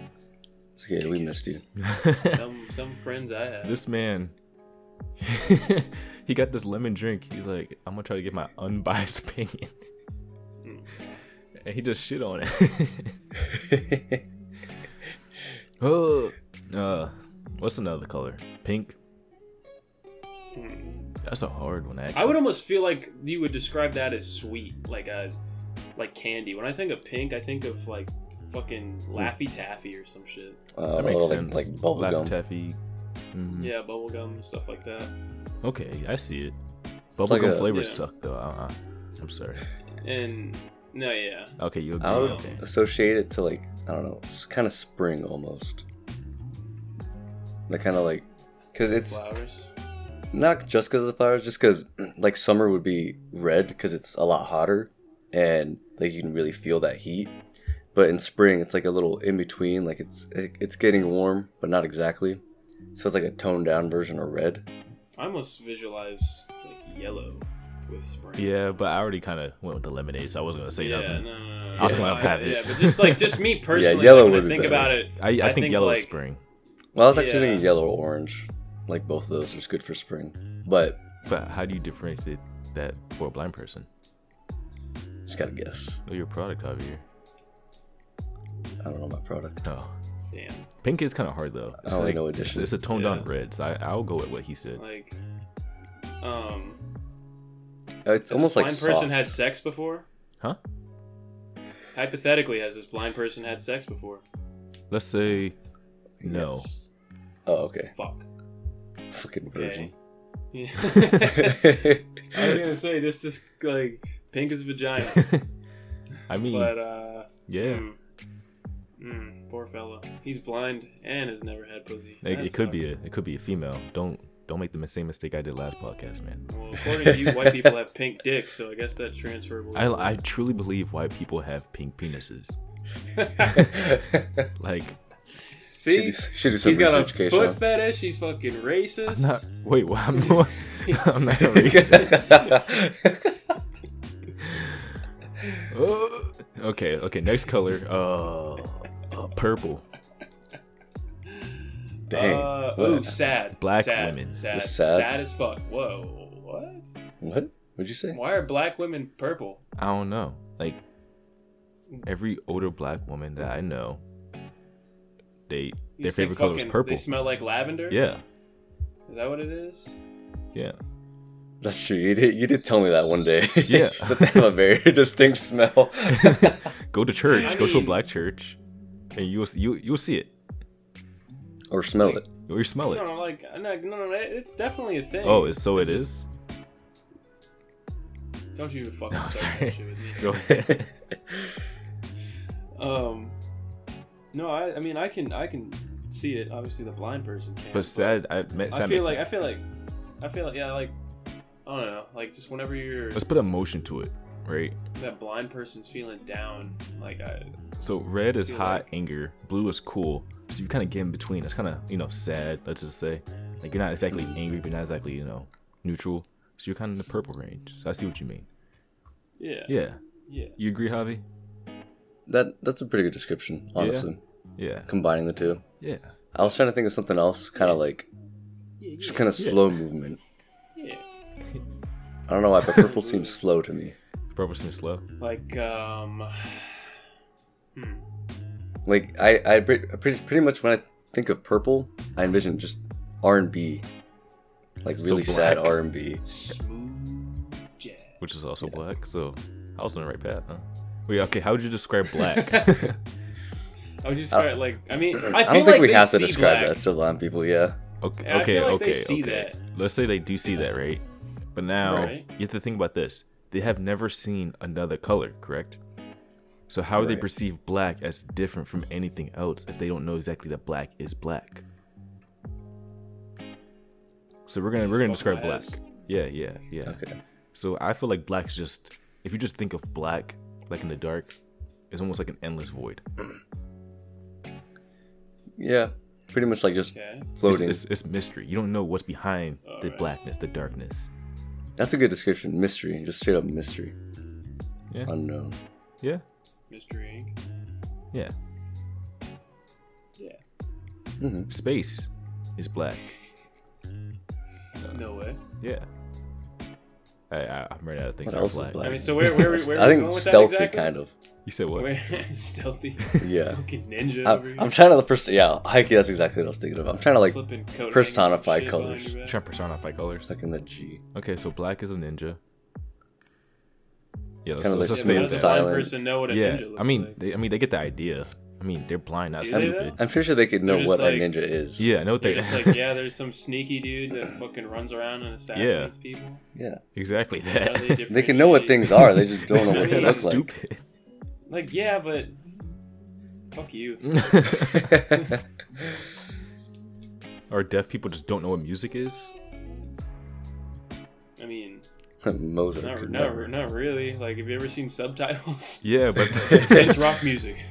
[SPEAKER 4] It's okay. We missed you.
[SPEAKER 3] Some some friends I had.
[SPEAKER 1] this man, he got this lemon drink. He's like, I'm gonna try to get my unbiased opinion, and he just shit on it. oh, uh, what's another color? Pink.
[SPEAKER 3] Hmm.
[SPEAKER 1] That's a hard one. Actually,
[SPEAKER 3] I would almost feel like you would describe that as sweet, like a like candy. When I think of pink, I think of like fucking
[SPEAKER 1] Hmm.
[SPEAKER 3] Laffy Taffy or some shit.
[SPEAKER 4] Uh,
[SPEAKER 1] That makes
[SPEAKER 4] like,
[SPEAKER 1] sense.
[SPEAKER 4] Like bubble
[SPEAKER 1] Laffy
[SPEAKER 4] gum.
[SPEAKER 1] Taffy. Mhm.
[SPEAKER 3] Yeah, bubblegum, stuff like that.
[SPEAKER 1] Okay, I see it. Bubblegum
[SPEAKER 4] It's like a-
[SPEAKER 1] flavors
[SPEAKER 3] Yeah.
[SPEAKER 1] suck though. Uh-uh. I'm sorry.
[SPEAKER 3] And no, yeah.
[SPEAKER 1] Okay, you agree.
[SPEAKER 4] I would
[SPEAKER 1] Okay.
[SPEAKER 4] associate it to like I don't know. It's kind of spring almost. Like kind of like, cause it's
[SPEAKER 3] Flowers.
[SPEAKER 4] not just because of the flowers, just because like summer would be red because it's a lot hotter and like you can really feel that heat. But in spring, it's like a little in between. Like it's it, it's getting warm, but not exactly. So it's like a toned down version of red.
[SPEAKER 3] I almost visualize like yellow with spring.
[SPEAKER 1] Yeah, but I already kind of went with the lemonade, so I wasn't gonna say
[SPEAKER 3] yeah,
[SPEAKER 1] nothing.
[SPEAKER 3] No, no, no,
[SPEAKER 1] I was
[SPEAKER 3] no.
[SPEAKER 1] gonna
[SPEAKER 3] I-
[SPEAKER 1] have it.
[SPEAKER 3] Yeah, but just like just me personally, like,
[SPEAKER 4] yellow
[SPEAKER 3] when I
[SPEAKER 4] would be
[SPEAKER 3] think
[SPEAKER 4] better.
[SPEAKER 3] about it.
[SPEAKER 1] I, I, think, yellow is
[SPEAKER 3] like,
[SPEAKER 1] spring,
[SPEAKER 4] Well, I was actually
[SPEAKER 3] Yeah.
[SPEAKER 4] thinking yellow or orange. Like both of those are good for spring, but
[SPEAKER 1] but how do you differentiate that for a blind person?
[SPEAKER 4] just gotta guess.
[SPEAKER 1] Oh, your product over here.
[SPEAKER 4] I don't know my product.
[SPEAKER 1] Oh,
[SPEAKER 3] Damn,
[SPEAKER 1] pink is kind of hard though. It's
[SPEAKER 4] only
[SPEAKER 1] like-
[SPEAKER 4] know
[SPEAKER 1] it's,
[SPEAKER 4] edition.
[SPEAKER 1] it's a toned down
[SPEAKER 3] Yeah.
[SPEAKER 1] red, so I, I'll go with what he said.
[SPEAKER 3] like, um,
[SPEAKER 4] Uh, It's
[SPEAKER 3] has
[SPEAKER 4] almost
[SPEAKER 3] a
[SPEAKER 4] like
[SPEAKER 3] blind
[SPEAKER 4] soft.
[SPEAKER 3] person had sex before.
[SPEAKER 1] Huh?
[SPEAKER 3] Hypothetically, has this blind person had sex before?
[SPEAKER 1] Let's say no.
[SPEAKER 4] Yes. Oh, okay.
[SPEAKER 3] Fuck.
[SPEAKER 4] Fucking
[SPEAKER 3] Okay.
[SPEAKER 4] virgin.
[SPEAKER 3] Yeah. I was gonna say just just like pink is vagina,
[SPEAKER 1] I mean,
[SPEAKER 3] but uh,
[SPEAKER 1] yeah,
[SPEAKER 3] hmm. Hmm, poor fellow. He's blind and has never had pussy.
[SPEAKER 1] it,
[SPEAKER 3] That
[SPEAKER 1] it could be a
[SPEAKER 3] sucks.
[SPEAKER 1] it could be a female. Don't don't make the same mistake I did last podcast, man.
[SPEAKER 3] Well, according to you, white people have pink dick, so I guess that's transferable.
[SPEAKER 1] I, I truly believe white people have pink penises. Like,
[SPEAKER 4] should
[SPEAKER 3] See,
[SPEAKER 4] do, should do some
[SPEAKER 3] he's got a
[SPEAKER 4] research, Keisha.
[SPEAKER 3] foot fetish. He's fucking racist.
[SPEAKER 1] I'm not. Wait, what? I'm, I'm not gonna read that. Oh, okay, okay. Next color. Uh, uh, purple.
[SPEAKER 4] Dang.
[SPEAKER 3] Uh,
[SPEAKER 4] What?
[SPEAKER 3] ooh, sad.
[SPEAKER 1] Black
[SPEAKER 3] sad.
[SPEAKER 1] women.
[SPEAKER 3] Sad.
[SPEAKER 4] Just
[SPEAKER 3] sad.
[SPEAKER 4] sad?
[SPEAKER 3] as fuck. Whoa. What?
[SPEAKER 4] what? What'd you say?
[SPEAKER 3] Why are black women purple?
[SPEAKER 1] I don't know. Like every older black woman that I know, they
[SPEAKER 3] You
[SPEAKER 1] their
[SPEAKER 3] say
[SPEAKER 1] favorite color is
[SPEAKER 3] fucking-
[SPEAKER 1] purple.
[SPEAKER 3] They smell like lavender.
[SPEAKER 1] Yeah,
[SPEAKER 3] Is that what it is?
[SPEAKER 1] yeah.
[SPEAKER 4] That's true. You did, you did tell me that one day.
[SPEAKER 1] Yeah.
[SPEAKER 4] but they have a very distinct smell.
[SPEAKER 1] Go to church.
[SPEAKER 3] I
[SPEAKER 1] go to a
[SPEAKER 3] mean-
[SPEAKER 1] black church, and you'll you you'll see it.
[SPEAKER 4] or smell it.
[SPEAKER 1] Or you smell it.
[SPEAKER 3] No, no, like no, no, no. It's definitely a thing.
[SPEAKER 1] Oh, it's, so it
[SPEAKER 3] It's
[SPEAKER 1] is.
[SPEAKER 3] Don't you even fucking
[SPEAKER 1] No,
[SPEAKER 3] start
[SPEAKER 1] sorry.
[SPEAKER 3] that shit with me.
[SPEAKER 1] Go ahead.
[SPEAKER 3] Um, no, I, I mean, I can, I can see it. Obviously, the blind person can.
[SPEAKER 1] But sad. I, ma- sad
[SPEAKER 3] I feel
[SPEAKER 1] makes
[SPEAKER 3] like,
[SPEAKER 1] sense.
[SPEAKER 3] I feel like, I feel like, yeah, like, I don't know, like just whenever you're
[SPEAKER 1] Let's put emotion to it, right?
[SPEAKER 3] that blind person's feeling down, like I,
[SPEAKER 1] So red is
[SPEAKER 3] feel
[SPEAKER 1] hot
[SPEAKER 3] like-
[SPEAKER 1] anger, blue is cool. So you kind of get in between. It's kind of you know sad. Let's just say, like you're not exactly angry, but you're not exactly you know neutral. So you're kind of in the purple range. So I see what you mean.
[SPEAKER 3] yeah,
[SPEAKER 1] Yeah,
[SPEAKER 3] yeah,
[SPEAKER 1] you agree, Javi?
[SPEAKER 4] that that's a pretty good description, honestly.
[SPEAKER 1] Yeah.
[SPEAKER 4] Combining the two,
[SPEAKER 1] Yeah.
[SPEAKER 4] I was trying to think of something else, kind of like
[SPEAKER 3] Yeah,
[SPEAKER 4] just kind of
[SPEAKER 1] Yeah.
[SPEAKER 4] slow movement.
[SPEAKER 3] yeah.
[SPEAKER 4] I don't know why, but purple seems slow to me.
[SPEAKER 1] Purple seems slow.
[SPEAKER 3] Like um,
[SPEAKER 4] Like I, I pre- pretty pretty much when I think of purple, I envision just R and B, like
[SPEAKER 1] So
[SPEAKER 4] really sad
[SPEAKER 1] black.
[SPEAKER 4] R and B.
[SPEAKER 3] smooth jazz.
[SPEAKER 1] which is also black. So I was on the right path, huh? Wait, okay. How would you describe black?
[SPEAKER 3] I would just try it like I mean I, feel
[SPEAKER 4] Uh, I, don't think
[SPEAKER 3] like
[SPEAKER 4] we
[SPEAKER 3] they
[SPEAKER 4] have to
[SPEAKER 3] see
[SPEAKER 4] describe
[SPEAKER 3] black.
[SPEAKER 4] that to a lot of people. Yeah,
[SPEAKER 1] Okay,
[SPEAKER 3] Yeah, I
[SPEAKER 1] okay,
[SPEAKER 3] feel like they
[SPEAKER 1] okay,
[SPEAKER 3] see
[SPEAKER 1] okay.
[SPEAKER 3] that.
[SPEAKER 1] Let's say they do see that, right? But now
[SPEAKER 3] Right.
[SPEAKER 1] you have to think about this: they have never seen another color, correct? So how would they
[SPEAKER 4] Right.
[SPEAKER 1] perceive black as different from anything else if they don't know exactly that black is black? So we're gonna
[SPEAKER 3] You
[SPEAKER 1] we're gonna
[SPEAKER 3] fucking
[SPEAKER 1] describe black.
[SPEAKER 3] ass.
[SPEAKER 1] Yeah, yeah, yeah.
[SPEAKER 4] Okay.
[SPEAKER 1] So I feel like black's just if you just think of black like in the dark, it's almost like an endless void.
[SPEAKER 4] yeah, pretty much like just
[SPEAKER 3] Okay.
[SPEAKER 1] It's,
[SPEAKER 4] floating.
[SPEAKER 1] it's- it's mystery. You don't know what's behind the
[SPEAKER 3] Alright.
[SPEAKER 1] blackness, the darkness.
[SPEAKER 4] That's a good description. Mystery, just straight up mystery.
[SPEAKER 1] Yeah.
[SPEAKER 4] Unknown.
[SPEAKER 1] Yeah,
[SPEAKER 3] Mystery Inc.
[SPEAKER 1] yeah.
[SPEAKER 3] Yeah.
[SPEAKER 4] hmm
[SPEAKER 1] Space is black.
[SPEAKER 3] No way.
[SPEAKER 1] Yeah. I, I, I'm running out of things
[SPEAKER 4] What
[SPEAKER 1] that are
[SPEAKER 4] else is
[SPEAKER 1] black.
[SPEAKER 4] black?
[SPEAKER 3] I mean, so where where, where, where
[SPEAKER 4] I
[SPEAKER 3] we
[SPEAKER 4] think
[SPEAKER 3] going with
[SPEAKER 4] stealthy,
[SPEAKER 3] that exactly?
[SPEAKER 4] kind of.
[SPEAKER 1] You said what?
[SPEAKER 3] Where, stealthy.
[SPEAKER 4] Yeah.
[SPEAKER 3] Fucking ninja
[SPEAKER 4] I,
[SPEAKER 3] over here.
[SPEAKER 4] I'm trying to the person. Yeah, Heike, that's exactly what I was thinking of. I'm trying to like
[SPEAKER 3] Flipping coat hangers
[SPEAKER 4] personify
[SPEAKER 3] and shit behind
[SPEAKER 4] colours.
[SPEAKER 3] your back.
[SPEAKER 1] Trying to personify colors.
[SPEAKER 4] suck in the G.
[SPEAKER 1] Okay, so black is a ninja. Yeah, let's,
[SPEAKER 4] Kinda
[SPEAKER 1] let's
[SPEAKER 4] like
[SPEAKER 1] just
[SPEAKER 3] Yeah, but
[SPEAKER 1] stay
[SPEAKER 4] stay
[SPEAKER 3] how
[SPEAKER 1] with
[SPEAKER 3] does
[SPEAKER 1] that.
[SPEAKER 4] inside.
[SPEAKER 3] one
[SPEAKER 4] silent.
[SPEAKER 3] person know what a
[SPEAKER 1] Yeah,
[SPEAKER 3] ninja looks
[SPEAKER 1] I mean,
[SPEAKER 3] like?
[SPEAKER 1] they, I mean, they get the idea. I mean, they're blind, not
[SPEAKER 3] Do they,
[SPEAKER 1] stupid.
[SPEAKER 4] I'm pretty sure they could know
[SPEAKER 3] They're
[SPEAKER 4] what
[SPEAKER 3] just
[SPEAKER 4] a
[SPEAKER 3] like-
[SPEAKER 4] ninja is.
[SPEAKER 1] Yeah, I know what
[SPEAKER 3] They're
[SPEAKER 1] they.
[SPEAKER 3] just like, yeah, there's some sneaky dude that fucking runs around and assassinates people.
[SPEAKER 4] Yeah.
[SPEAKER 1] exactly
[SPEAKER 3] How
[SPEAKER 1] that.
[SPEAKER 3] do they,
[SPEAKER 4] They can know what things
[SPEAKER 3] differentiate?
[SPEAKER 4] are. They just don't know
[SPEAKER 1] They're
[SPEAKER 4] what they
[SPEAKER 1] not
[SPEAKER 4] look like.
[SPEAKER 1] stupid.
[SPEAKER 3] Like, yeah, but fuck you.
[SPEAKER 4] Mm.
[SPEAKER 1] or deaf people just don't know what music is.
[SPEAKER 3] I mean,
[SPEAKER 4] Mozart
[SPEAKER 3] not,
[SPEAKER 4] could
[SPEAKER 3] not,
[SPEAKER 4] never.
[SPEAKER 3] not really. Like, have you ever seen subtitles?
[SPEAKER 1] Yeah, but
[SPEAKER 3] Intense rock music.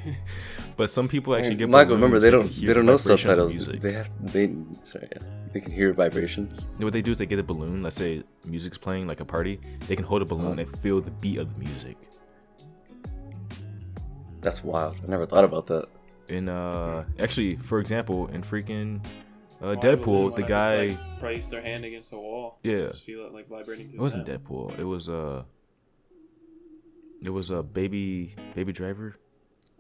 [SPEAKER 1] but some people actually get.
[SPEAKER 4] Michael, remember
[SPEAKER 1] balloons
[SPEAKER 4] they
[SPEAKER 1] that
[SPEAKER 4] don't
[SPEAKER 1] can hear
[SPEAKER 4] they don't know
[SPEAKER 1] vibrations of
[SPEAKER 4] subtitles.
[SPEAKER 1] music.
[SPEAKER 4] They have they sorry. Yeah. They can hear vibrations.
[SPEAKER 1] You know what they do is they get a balloon. Let's say music's playing like a party. They can hold a balloon
[SPEAKER 3] Uh-huh.
[SPEAKER 1] and feel the beat of the music.
[SPEAKER 4] That's wild. I never thought about that.
[SPEAKER 1] In uh, actually, for example, in freaking uh,
[SPEAKER 3] Why would
[SPEAKER 1] Deadpool, the
[SPEAKER 3] they wanna
[SPEAKER 1] guy.
[SPEAKER 3] Just, like, brace their hand against the wall.
[SPEAKER 1] Yeah.
[SPEAKER 3] Just feel it, like, vibrating through
[SPEAKER 1] it wasn't
[SPEAKER 3] the
[SPEAKER 1] Deadpool. It was uh. It was a uh, baby, baby driver.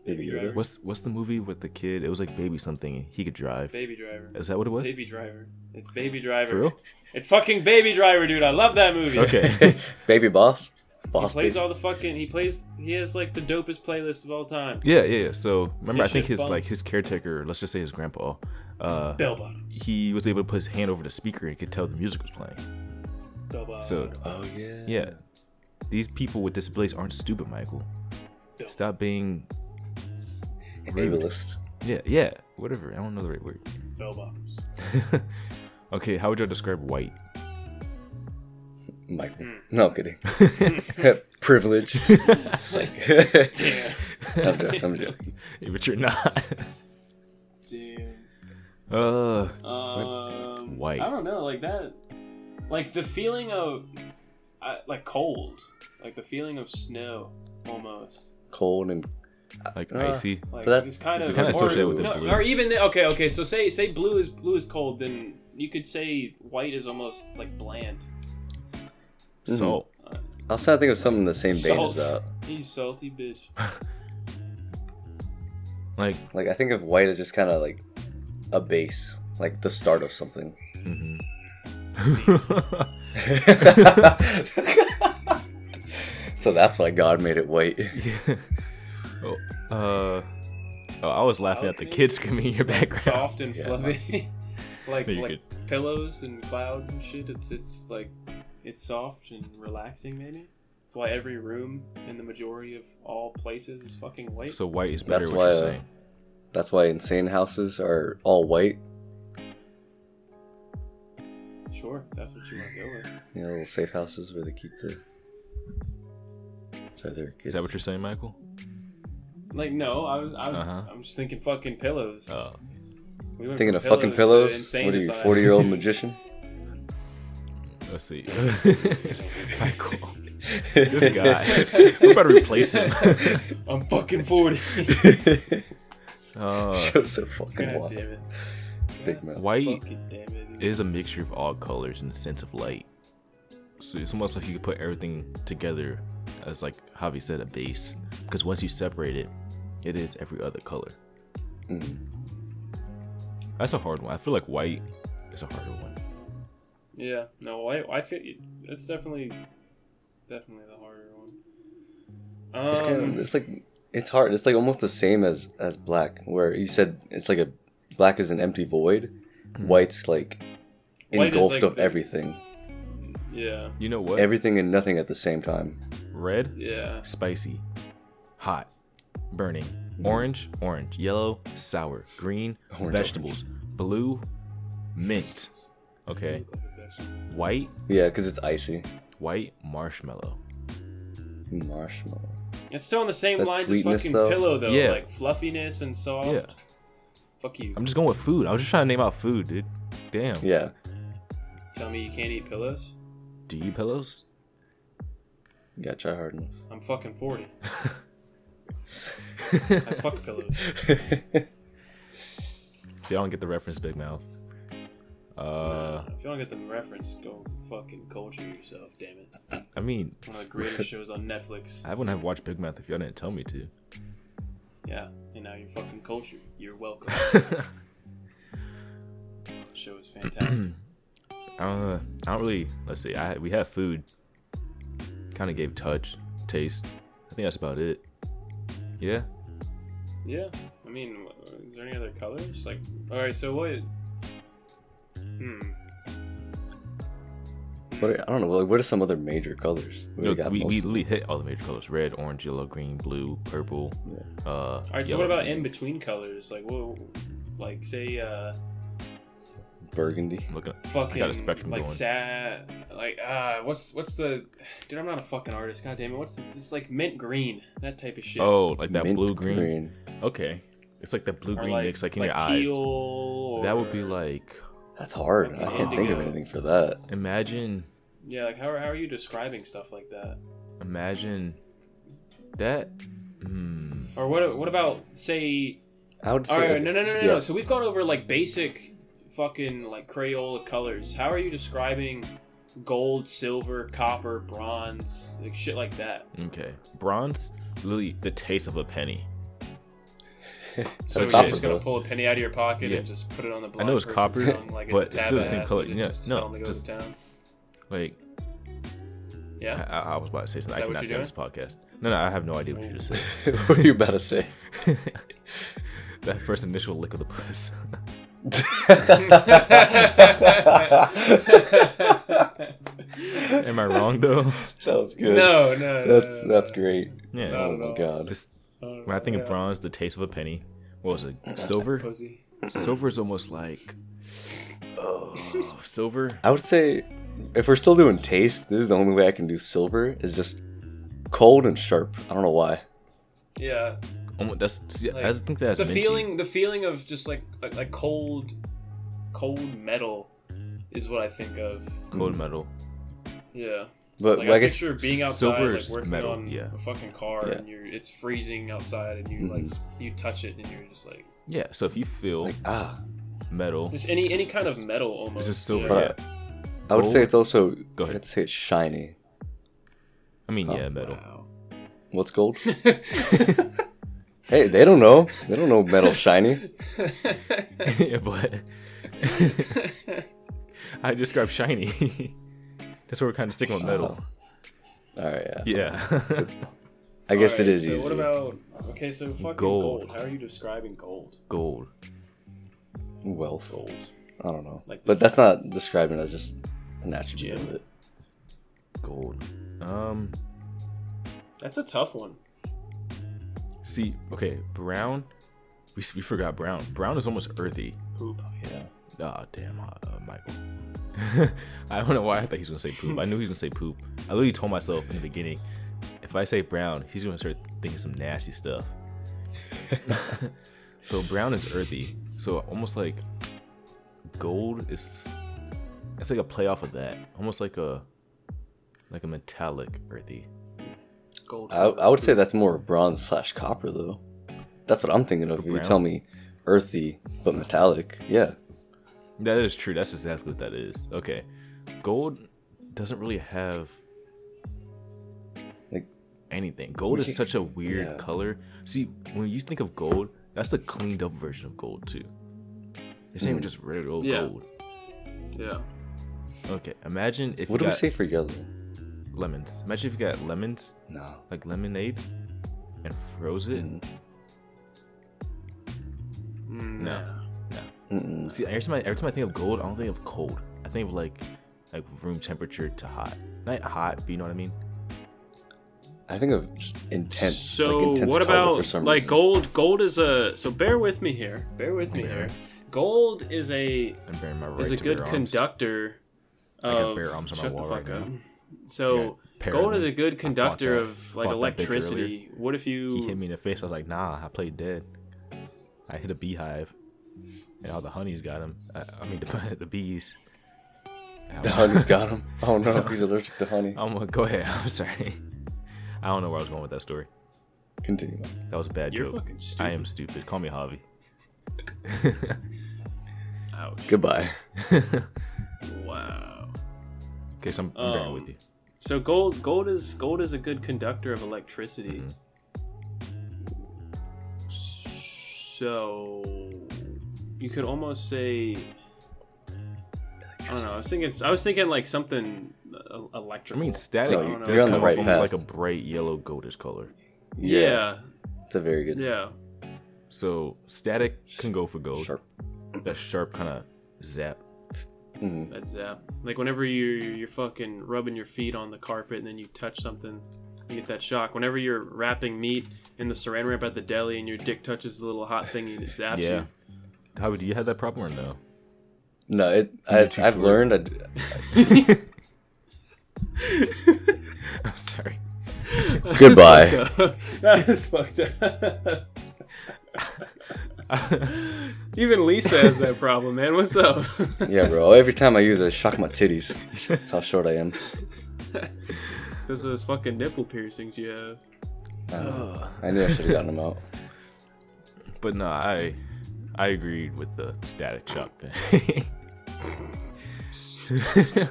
[SPEAKER 4] Baby
[SPEAKER 3] Baby
[SPEAKER 4] Yoda.
[SPEAKER 3] Driver.
[SPEAKER 1] What's what's the movie with the kid? It was like baby something. and He could drive.
[SPEAKER 3] Baby Driver.
[SPEAKER 1] Is that what it was?
[SPEAKER 3] Baby Driver. It's Baby Driver.
[SPEAKER 1] For real?
[SPEAKER 3] It's fucking Baby Driver, dude. I love that movie.
[SPEAKER 1] Okay.
[SPEAKER 4] Baby boss.
[SPEAKER 3] He
[SPEAKER 4] Boss
[SPEAKER 3] plays
[SPEAKER 4] baby.
[SPEAKER 3] all the fucking. He plays. He has like the dopest playlist of all time.
[SPEAKER 1] yeah, yeah, yeah. So remember,
[SPEAKER 3] His
[SPEAKER 1] I think
[SPEAKER 3] shit
[SPEAKER 1] his like
[SPEAKER 3] bumps.
[SPEAKER 1] his caretaker. Let's just say his grandpa. Uh,
[SPEAKER 3] Bell bottom.
[SPEAKER 1] he was able to put his hand over the speaker and could tell the music was playing.
[SPEAKER 3] Bell bottom.
[SPEAKER 1] So
[SPEAKER 4] Oh yeah.
[SPEAKER 1] yeah, these people with disabilities aren't stupid, Michael. Stop being
[SPEAKER 4] Ableist.
[SPEAKER 1] yeah, yeah, whatever. I don't know the right word.
[SPEAKER 3] Bell bottoms.
[SPEAKER 1] Okay, how would you describe white?
[SPEAKER 4] Michael. No I'm kidding. Privilege. It's like-
[SPEAKER 3] Damn.
[SPEAKER 4] I'm joking. I'm joking.
[SPEAKER 1] Yeah, but you're not.
[SPEAKER 3] Damn.
[SPEAKER 1] uh,
[SPEAKER 3] Um.
[SPEAKER 1] White.
[SPEAKER 3] I don't know. Like that. Like the feeling of, I, like cold. Like the feeling of snow, almost.
[SPEAKER 4] Cold and
[SPEAKER 1] like
[SPEAKER 4] Uh,
[SPEAKER 1] icy.
[SPEAKER 3] Like
[SPEAKER 4] But
[SPEAKER 3] it's
[SPEAKER 4] that's-
[SPEAKER 3] kind
[SPEAKER 4] it's
[SPEAKER 3] of
[SPEAKER 4] kinda
[SPEAKER 3] or,
[SPEAKER 1] associated with the
[SPEAKER 3] no,
[SPEAKER 1] blue.
[SPEAKER 3] or even the, okay, okay. So say say blue is blue is cold, then you could say white is almost like bland.
[SPEAKER 4] Mhm.
[SPEAKER 1] So
[SPEAKER 4] I was trying to think of something in the same vein
[SPEAKER 3] Salt.
[SPEAKER 4] as that.
[SPEAKER 3] You salty bitch.
[SPEAKER 1] like,
[SPEAKER 4] Like I think of white as just kind of like a base, like the start of something.
[SPEAKER 1] mhm.
[SPEAKER 4] so that's why God made it white.
[SPEAKER 1] yeah. Oh, uh, oh, I was laughing at the
[SPEAKER 3] Alex,
[SPEAKER 1] kids screaming in your
[SPEAKER 3] Like,
[SPEAKER 1] background.
[SPEAKER 3] soft and
[SPEAKER 4] Yeah.
[SPEAKER 3] fluffy, like
[SPEAKER 1] No, you're
[SPEAKER 3] like pillows and clouds and shit. It's it's like it's soft and relaxing. Maybe that's why every room in the majority of all places is fucking white.
[SPEAKER 1] So white is better.
[SPEAKER 4] That's
[SPEAKER 1] what
[SPEAKER 4] why,
[SPEAKER 1] you're
[SPEAKER 4] uh,
[SPEAKER 1] saying?
[SPEAKER 4] That's why insane houses are all white.
[SPEAKER 3] sure, if that's what you want to go with.
[SPEAKER 4] You know, little safe houses where they keep the. So they're kids.
[SPEAKER 1] Is that what you're saying, Michael?
[SPEAKER 3] Like no, I was, I was
[SPEAKER 1] Uh-huh.
[SPEAKER 3] I'm just thinking fucking pillows.
[SPEAKER 1] Oh,
[SPEAKER 3] We went
[SPEAKER 4] thinking
[SPEAKER 3] from
[SPEAKER 4] of fucking pillows?
[SPEAKER 3] to
[SPEAKER 4] What are you,
[SPEAKER 3] insane
[SPEAKER 4] forty year old
[SPEAKER 3] asylum.
[SPEAKER 4] magician?
[SPEAKER 1] let's see. Michael. This guy. we better replace him.
[SPEAKER 3] I'm fucking 40.
[SPEAKER 1] Uh,
[SPEAKER 4] Shows so fucking
[SPEAKER 3] God
[SPEAKER 4] wild.
[SPEAKER 3] damn it.
[SPEAKER 4] Big mouth.
[SPEAKER 1] white
[SPEAKER 3] Fucking damn it.
[SPEAKER 1] is a mixture of all colors in the sense of light. So it's almost like you could put everything together as like Javi said, a base. Because once you separate it, it is every other color.
[SPEAKER 4] Mm.
[SPEAKER 1] That's a hard one. I feel like white is a harder one.
[SPEAKER 3] Yeah, no, I, I feel it's definitely, definitely the harder one. Um,
[SPEAKER 4] It's kind of it's like it's hard. It's like almost the same as as black, where you said it's like a black is an empty void,
[SPEAKER 1] Hmm.
[SPEAKER 4] white's like
[SPEAKER 3] White is
[SPEAKER 4] engulfed
[SPEAKER 3] like
[SPEAKER 4] of
[SPEAKER 3] the-
[SPEAKER 4] everything,
[SPEAKER 3] yeah,
[SPEAKER 1] You know what?
[SPEAKER 4] everything and nothing at the same time.
[SPEAKER 1] Red,
[SPEAKER 3] yeah,
[SPEAKER 1] spicy, hot, burning. Orange, orange. Yellow, sour. Green,
[SPEAKER 4] Mm. Orange,
[SPEAKER 1] vegetables. Blue, mint. Okay. White,
[SPEAKER 4] Yeah, because it's icy
[SPEAKER 1] white, marshmallow.
[SPEAKER 4] marshmallow.
[SPEAKER 3] it's still on the same
[SPEAKER 4] That
[SPEAKER 3] lines as
[SPEAKER 4] sweetness,
[SPEAKER 3] fucking
[SPEAKER 4] though?
[SPEAKER 3] pillow though,
[SPEAKER 1] Yeah.
[SPEAKER 3] like fluffiness and soft.
[SPEAKER 1] Yeah.
[SPEAKER 3] Fuck you.
[SPEAKER 1] I'm just going with food. I was just trying to name out food, dude. Damn.
[SPEAKER 4] Yeah,
[SPEAKER 3] Tell me you can't eat pillows?
[SPEAKER 1] Do you eat pillows?
[SPEAKER 4] you gotta try hard
[SPEAKER 3] I'm fucking forty.
[SPEAKER 4] enough.
[SPEAKER 3] I fuck pillows.
[SPEAKER 1] See, I don't get the reference, Big Mouth. Uh,
[SPEAKER 3] if you don't get the reference, go fucking culture yourself. Damn it.
[SPEAKER 1] I mean,
[SPEAKER 3] One of the greatest shows on Netflix.
[SPEAKER 1] I wouldn't have watched Big Mouth if y'all didn't tell me to.
[SPEAKER 3] Yeah, and now you're fucking culture. You're welcome. the show is fantastic.
[SPEAKER 1] I don't know. I don't really. Let's see. I we have food. Kind of gave touch, taste. I think that's about it. Yeah.
[SPEAKER 3] yeah, I mean, wh- is there any other colors? Like, all right, so what? Hmm.
[SPEAKER 4] What are, I don't know. Like, what are some other major colors? We
[SPEAKER 1] No,
[SPEAKER 4] already got
[SPEAKER 1] we, we
[SPEAKER 4] most-
[SPEAKER 1] literally hit all the major colors: red, orange, yellow, green, blue, purple. Uh, all
[SPEAKER 3] All right, so what about in between colors? Like, what? Like, say, uh,
[SPEAKER 4] burgundy.
[SPEAKER 1] Looking.
[SPEAKER 3] fucking
[SPEAKER 1] I got a spectrum
[SPEAKER 3] like
[SPEAKER 1] going.
[SPEAKER 3] sad, like uh, what's what's the? Dude, I'm not a fucking artist. God damn it! What's the, this like mint green? That type of shit.
[SPEAKER 1] Oh, like that
[SPEAKER 4] mint
[SPEAKER 1] blue green. Okay. It's like that blue
[SPEAKER 3] Or
[SPEAKER 1] green mix, like in your
[SPEAKER 3] teal
[SPEAKER 1] eyes.
[SPEAKER 3] Or,
[SPEAKER 1] That would be like.
[SPEAKER 4] That's hard. I
[SPEAKER 3] Like
[SPEAKER 4] can't think of
[SPEAKER 3] indigo.
[SPEAKER 4] anything for that.
[SPEAKER 1] Imagine,
[SPEAKER 3] yeah. Like how, are- how are you describing stuff like that?
[SPEAKER 1] imagine that. Hmm.
[SPEAKER 3] Or what? What about say?
[SPEAKER 4] I would say.
[SPEAKER 3] All right,
[SPEAKER 4] like-
[SPEAKER 3] no, no, no, no,
[SPEAKER 4] yeah.
[SPEAKER 3] no. So we've gone over like basic, fucking like Crayola colors. How are you describing gold, silver, copper, bronze, like shit like that?
[SPEAKER 1] Okay. Bronze, literally the taste of a penny.
[SPEAKER 3] So
[SPEAKER 4] That's
[SPEAKER 3] you're
[SPEAKER 1] copper,
[SPEAKER 3] just gonna
[SPEAKER 4] though.
[SPEAKER 3] pull a penny out of your pocket
[SPEAKER 1] Yeah.
[SPEAKER 3] and just put it on the
[SPEAKER 1] I
[SPEAKER 3] blind
[SPEAKER 1] know it's
[SPEAKER 3] person's
[SPEAKER 1] copper,
[SPEAKER 3] tongue like
[SPEAKER 1] but
[SPEAKER 3] it's,
[SPEAKER 1] it's
[SPEAKER 3] a
[SPEAKER 1] still the
[SPEAKER 3] tab
[SPEAKER 1] same
[SPEAKER 3] ass
[SPEAKER 1] color.
[SPEAKER 3] and
[SPEAKER 1] Yeah,
[SPEAKER 3] just
[SPEAKER 1] no,
[SPEAKER 3] tell them to go
[SPEAKER 1] just-
[SPEAKER 3] to town.
[SPEAKER 1] Like I,
[SPEAKER 3] Yeah.
[SPEAKER 1] I I was about to say something.
[SPEAKER 3] that
[SPEAKER 1] I
[SPEAKER 3] what
[SPEAKER 1] cannot say
[SPEAKER 3] you're
[SPEAKER 1] on this podcast. No, no, I have no idea what you just said.
[SPEAKER 4] what are you about to say?
[SPEAKER 1] that first initial lick of the puss. Am I wrong though?
[SPEAKER 4] That was good.
[SPEAKER 3] No, no,
[SPEAKER 4] That's
[SPEAKER 3] no,
[SPEAKER 4] that's great.
[SPEAKER 1] Yeah.
[SPEAKER 4] Oh my god.
[SPEAKER 1] Just
[SPEAKER 3] no.
[SPEAKER 1] when I think of
[SPEAKER 3] Yeah.
[SPEAKER 1] bronze, the taste of a penny. What was it? Silver.
[SPEAKER 3] Pussy.
[SPEAKER 1] silver is almost like. Oh, silver.
[SPEAKER 4] I would say if we're still doing taste, this is the only way I can do silver is just cold and sharp. I don't know why.
[SPEAKER 3] Yeah,
[SPEAKER 1] Almost, that's. See, I
[SPEAKER 3] Mm. Like,
[SPEAKER 1] think that's
[SPEAKER 3] the
[SPEAKER 1] minty.
[SPEAKER 3] feeling, the feeling of just like like, like cold, cold metal, is what I think of.
[SPEAKER 1] Cold metal.
[SPEAKER 3] Yeah,
[SPEAKER 4] But
[SPEAKER 3] like
[SPEAKER 4] like,
[SPEAKER 3] I,
[SPEAKER 4] I guess
[SPEAKER 3] picture being outside,
[SPEAKER 1] silver
[SPEAKER 3] like
[SPEAKER 1] is
[SPEAKER 3] working
[SPEAKER 1] metal,
[SPEAKER 3] on
[SPEAKER 1] yeah.
[SPEAKER 3] a fucking car,
[SPEAKER 4] Yeah.
[SPEAKER 3] and you're it's freezing outside, and you like you touch it, and you're just like
[SPEAKER 1] Yeah. So if you feel
[SPEAKER 4] like ah,
[SPEAKER 1] metal,
[SPEAKER 3] just any any kind of metal almost.
[SPEAKER 1] it's just
[SPEAKER 3] you
[SPEAKER 1] silver.
[SPEAKER 3] know?
[SPEAKER 1] Yeah.
[SPEAKER 4] I would say
[SPEAKER 1] Gold?
[SPEAKER 4] it's also.
[SPEAKER 1] Go
[SPEAKER 4] Go
[SPEAKER 1] ahead.
[SPEAKER 4] ahead. I'd say it's shiny.
[SPEAKER 1] I mean,
[SPEAKER 4] Oh,
[SPEAKER 1] yeah, metal.
[SPEAKER 3] Wow.
[SPEAKER 4] What's gold? hey, they don't know. They don't know metal shiny.
[SPEAKER 1] yeah, but I describe shiny. That's where we're kind of sticking with metal.
[SPEAKER 4] All right. Yeah.
[SPEAKER 1] Yeah.
[SPEAKER 4] I guess
[SPEAKER 3] Alright,
[SPEAKER 4] it is
[SPEAKER 3] So
[SPEAKER 4] easy.
[SPEAKER 3] what about okay? So fucking
[SPEAKER 1] Gold.
[SPEAKER 3] gold. How are you describing gold?
[SPEAKER 1] Gold.
[SPEAKER 4] wealth? I don't know.
[SPEAKER 3] Like-
[SPEAKER 4] but that's not describing. That's just an attribute
[SPEAKER 3] Yeah.
[SPEAKER 4] of it.
[SPEAKER 1] Gold. Um,
[SPEAKER 3] That's a tough one.
[SPEAKER 1] see, okay, brown. We, s- we forgot brown. Brown is almost earthy.
[SPEAKER 3] Poop.
[SPEAKER 4] Yeah.
[SPEAKER 1] Ah, damn, uh, uh, Michael. I don't know why I thought he was gonna say poop. I knew he was gonna say poop. I literally told myself in the beginning, if I say brown, he's gonna start thinking some nasty stuff. so brown is earthy. So almost like gold is. It's like a play off of that. Almost like a like a metallic earthy.
[SPEAKER 3] Gold.
[SPEAKER 4] I, I would say that's more of bronze slash copper though. That's what I'm thinking of. If you
[SPEAKER 1] Brown?
[SPEAKER 4] tell me earthy but metallic, yeah.
[SPEAKER 1] That is true. That's exactly what that is. Okay, gold doesn't really have
[SPEAKER 4] Like-
[SPEAKER 1] anything. Gold is
[SPEAKER 4] can't-
[SPEAKER 1] such a weird
[SPEAKER 4] yeah.
[SPEAKER 1] color. See, when you think of gold, that's the cleaned up version of gold too. It's
[SPEAKER 4] Hmm.
[SPEAKER 1] not even just regular old
[SPEAKER 3] Yeah.
[SPEAKER 1] gold.
[SPEAKER 3] Yeah.
[SPEAKER 1] Okay, imagine if
[SPEAKER 4] What do
[SPEAKER 1] you
[SPEAKER 4] we
[SPEAKER 1] got
[SPEAKER 4] say for yellow?
[SPEAKER 1] lemons. Imagine if you got lemons,
[SPEAKER 4] No.
[SPEAKER 1] like lemonade, and froze it.
[SPEAKER 4] Hmm.
[SPEAKER 1] No.
[SPEAKER 4] Mm-mm.
[SPEAKER 1] See, every time, I, every time I think of gold, I don't think of cold. I think of like like room temperature to hot. Not hot, but you know what I mean.
[SPEAKER 4] I think of just intense.
[SPEAKER 3] So
[SPEAKER 4] like intense
[SPEAKER 3] what
[SPEAKER 4] color
[SPEAKER 3] about
[SPEAKER 4] for some
[SPEAKER 3] like
[SPEAKER 4] reason.
[SPEAKER 3] gold? Gold is a so bear with me here. Bear with me
[SPEAKER 1] Okay.
[SPEAKER 3] here. Gold is a
[SPEAKER 1] I'm bearing my right
[SPEAKER 3] is a
[SPEAKER 1] to
[SPEAKER 3] good
[SPEAKER 1] bear arms.
[SPEAKER 3] conductor.
[SPEAKER 1] I got
[SPEAKER 3] of-
[SPEAKER 1] bare arms on my
[SPEAKER 3] shut
[SPEAKER 1] wall
[SPEAKER 3] the
[SPEAKER 1] right
[SPEAKER 3] fuck up.
[SPEAKER 1] now.
[SPEAKER 3] So
[SPEAKER 1] Yeah, pair
[SPEAKER 3] gold
[SPEAKER 1] of
[SPEAKER 3] is a
[SPEAKER 1] them. I
[SPEAKER 3] good
[SPEAKER 1] fought
[SPEAKER 3] conductor
[SPEAKER 1] that-
[SPEAKER 3] of like
[SPEAKER 1] fought that bitch earlier.
[SPEAKER 3] electricity. What if
[SPEAKER 1] He hit
[SPEAKER 3] you?
[SPEAKER 1] me in the face. I was like, nah, I played dead. I hit a beehive, and all the honeys got him. I, I mean, the, the bees.
[SPEAKER 4] the honey's got him? Oh no, he's allergic to honey.
[SPEAKER 1] I'm gonna go ahead. I'm sorry. I don't know where I was going with that story.
[SPEAKER 4] Continue.
[SPEAKER 1] That was a bad
[SPEAKER 3] You're
[SPEAKER 1] joke.
[SPEAKER 3] fucking
[SPEAKER 1] I
[SPEAKER 3] stupid.
[SPEAKER 1] am stupid. Call me Javi.
[SPEAKER 3] Ouch.
[SPEAKER 4] Goodbye.
[SPEAKER 3] Wow.
[SPEAKER 1] Okay, so I'm, I'm bearing
[SPEAKER 3] Um,
[SPEAKER 1] with you.
[SPEAKER 3] So gold gold is gold is a good conductor of electricity.
[SPEAKER 1] Mm-hmm.
[SPEAKER 3] So you could almost say I don't know. I was thinking I was thinking like something uh,
[SPEAKER 1] I
[SPEAKER 3] electrical.
[SPEAKER 1] mean, static.
[SPEAKER 4] No,
[SPEAKER 1] does
[SPEAKER 3] Oh, you're on the
[SPEAKER 1] come
[SPEAKER 3] right
[SPEAKER 1] off almost like
[SPEAKER 4] path.
[SPEAKER 1] a bright yellow goldish color.
[SPEAKER 3] yeah.
[SPEAKER 4] It's a very
[SPEAKER 3] Yeah.
[SPEAKER 4] good
[SPEAKER 1] So static can go for gold.
[SPEAKER 4] sharp.
[SPEAKER 1] That sharp kind of zap.
[SPEAKER 4] Mm.
[SPEAKER 3] That's zap. Like whenever you you're fucking rubbing your feet on the carpet and then you touch something, you get that shock. Whenever you're wrapping meat in the saran wrap at the deli and your dick touches the little hot thingy that zaps
[SPEAKER 1] yeah.
[SPEAKER 3] you.
[SPEAKER 1] Javi, do you have that problem or no?
[SPEAKER 4] No, it. I,
[SPEAKER 1] You're too
[SPEAKER 4] I've
[SPEAKER 1] short.
[SPEAKER 4] learned. I d-
[SPEAKER 1] I'm sorry.
[SPEAKER 4] Goodbye.
[SPEAKER 3] that is fucked up. Even Lisa has that problem, man. What's up?
[SPEAKER 4] yeah, bro. Every time I use it, I shock my titties. That's how short I am.
[SPEAKER 3] because those fucking nipple piercings you have.
[SPEAKER 4] Um, I knew I should have gotten them out.
[SPEAKER 1] But no, I I agreed with the static shock thing.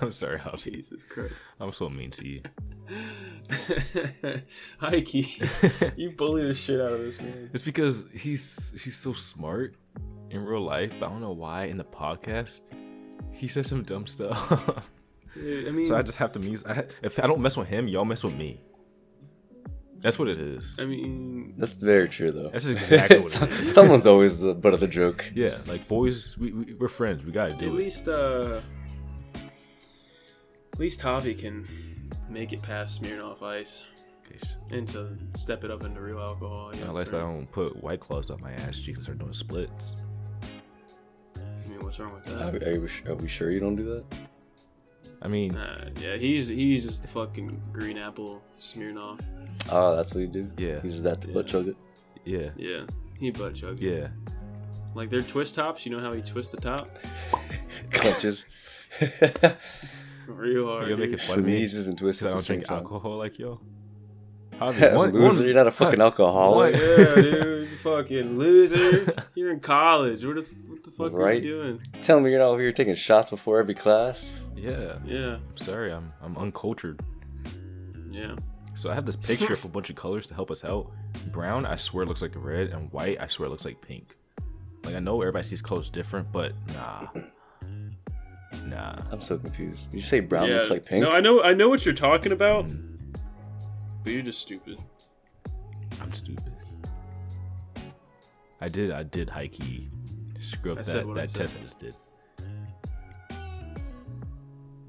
[SPEAKER 1] I'm sorry, Javi.
[SPEAKER 3] Jesus Christ.
[SPEAKER 1] I'm so mean to you.
[SPEAKER 3] Hi, Keith. You bully the shit out of this man.
[SPEAKER 1] It's because he's he's so smart in real life, but I don't know why in the podcast he says some dumb stuff.
[SPEAKER 3] Dude, I mean,
[SPEAKER 1] so I just have to mess. I, if I don't mess with him, y'all mess with me. That's what it is.
[SPEAKER 3] I mean,
[SPEAKER 4] That's very true, though.
[SPEAKER 1] That's exactly what it
[SPEAKER 4] Some-
[SPEAKER 1] is.
[SPEAKER 4] Someone's always the butt of the joke.
[SPEAKER 1] Yeah, like boys, we, we we're friends. We gotta
[SPEAKER 3] at
[SPEAKER 1] do it.
[SPEAKER 3] least, uh, at least Tavi can make it past Smirnoff Ice and to step it up into real alcohol. you know what I'm
[SPEAKER 1] Unless I
[SPEAKER 3] saying?
[SPEAKER 1] don't put white claws up my ass cheeks and start doing splits.
[SPEAKER 3] I mean, what's wrong with that?
[SPEAKER 4] Are, are, we, su- are we sure you don't do that?
[SPEAKER 1] I mean,
[SPEAKER 3] Uh, yeah, he's he uses the fucking green apple Smirnoff.
[SPEAKER 4] Oh, that's what you do?
[SPEAKER 1] Yeah.
[SPEAKER 4] Uses that to butt
[SPEAKER 3] Yeah.
[SPEAKER 4] chug it?
[SPEAKER 1] yeah,
[SPEAKER 3] Yeah, he butt chugs. it.
[SPEAKER 1] yeah.
[SPEAKER 3] Like their twist tops, you know how he twists the top
[SPEAKER 4] Clutches.
[SPEAKER 3] real hard.
[SPEAKER 1] You're
[SPEAKER 3] dude.
[SPEAKER 1] making fun of me because
[SPEAKER 4] Sneezes and
[SPEAKER 1] I
[SPEAKER 4] twists at the
[SPEAKER 1] don't
[SPEAKER 4] same
[SPEAKER 1] drink
[SPEAKER 4] time.
[SPEAKER 1] alcohol like y'all. Javi, one-
[SPEAKER 4] Loser,
[SPEAKER 1] one-
[SPEAKER 4] you're not a fucking alcoholic.
[SPEAKER 1] What?
[SPEAKER 3] yeah, dude, you fucking loser. You're in college. What the, what the fuck are you
[SPEAKER 4] Right.
[SPEAKER 3] doing?
[SPEAKER 4] Tell me you're not over here taking shots before every class.
[SPEAKER 1] Yeah,
[SPEAKER 3] Yeah,
[SPEAKER 1] I'm sorry, I'm I'm uncultured.
[SPEAKER 3] yeah.
[SPEAKER 1] So I have this picture of a bunch of colors to help us out. Brown, I swear looks like red, and white, I swear looks like pink. Like I know everybody sees colors different, but nah, nah.
[SPEAKER 4] I'm so confused. You say brown
[SPEAKER 3] yeah.
[SPEAKER 4] looks like pink?
[SPEAKER 3] No, I know, I know what you're talking about, but you're just stupid.
[SPEAKER 1] I'm stupid. I did, I did high key screw up
[SPEAKER 3] I said
[SPEAKER 1] that
[SPEAKER 3] what I
[SPEAKER 1] that
[SPEAKER 3] said.
[SPEAKER 1] test I just did.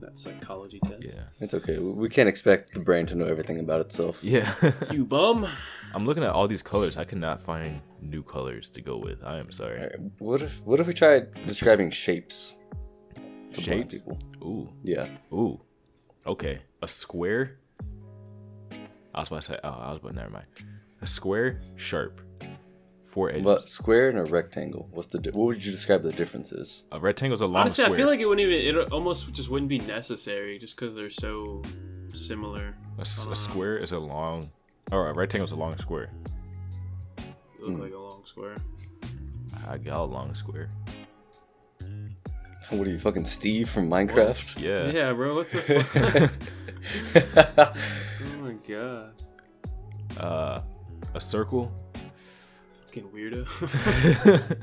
[SPEAKER 3] That psychology test.
[SPEAKER 1] Yeah,
[SPEAKER 4] It's okay. We we can't expect the brain to know everything about itself.
[SPEAKER 1] yeah.
[SPEAKER 3] You bum.
[SPEAKER 1] I'm looking at all these colors. I cannot find new colors to go with. I am sorry.
[SPEAKER 4] Alright, What if What if we tried describing shapes? To blind
[SPEAKER 1] Shapes?
[SPEAKER 4] people?
[SPEAKER 1] Ooh,
[SPEAKER 4] Yeah.
[SPEAKER 1] ooh. Okay, a square. I was about to say. Oh, I was about. Never mind. A square, sharp, four edges.
[SPEAKER 4] But square and a rectangle. What's the? Di- what would you describe the differences?
[SPEAKER 1] a rectangle's a long
[SPEAKER 3] Honestly,
[SPEAKER 1] square.
[SPEAKER 3] I feel like it wouldn't even. It almost just wouldn't be necessary, just because they're so similar.
[SPEAKER 1] A, s-
[SPEAKER 3] I don't
[SPEAKER 1] a
[SPEAKER 3] know.
[SPEAKER 1] square is a long, or a rectangle is a long square.
[SPEAKER 3] Look
[SPEAKER 4] Hmm.
[SPEAKER 3] like a long square.
[SPEAKER 1] I got a long square.
[SPEAKER 4] What are you, fucking Steve from Minecraft?
[SPEAKER 1] Yeah.
[SPEAKER 3] Yeah, bro. What the fuck? oh my god.
[SPEAKER 1] Uh, a circle.
[SPEAKER 3] Fucking weirdo.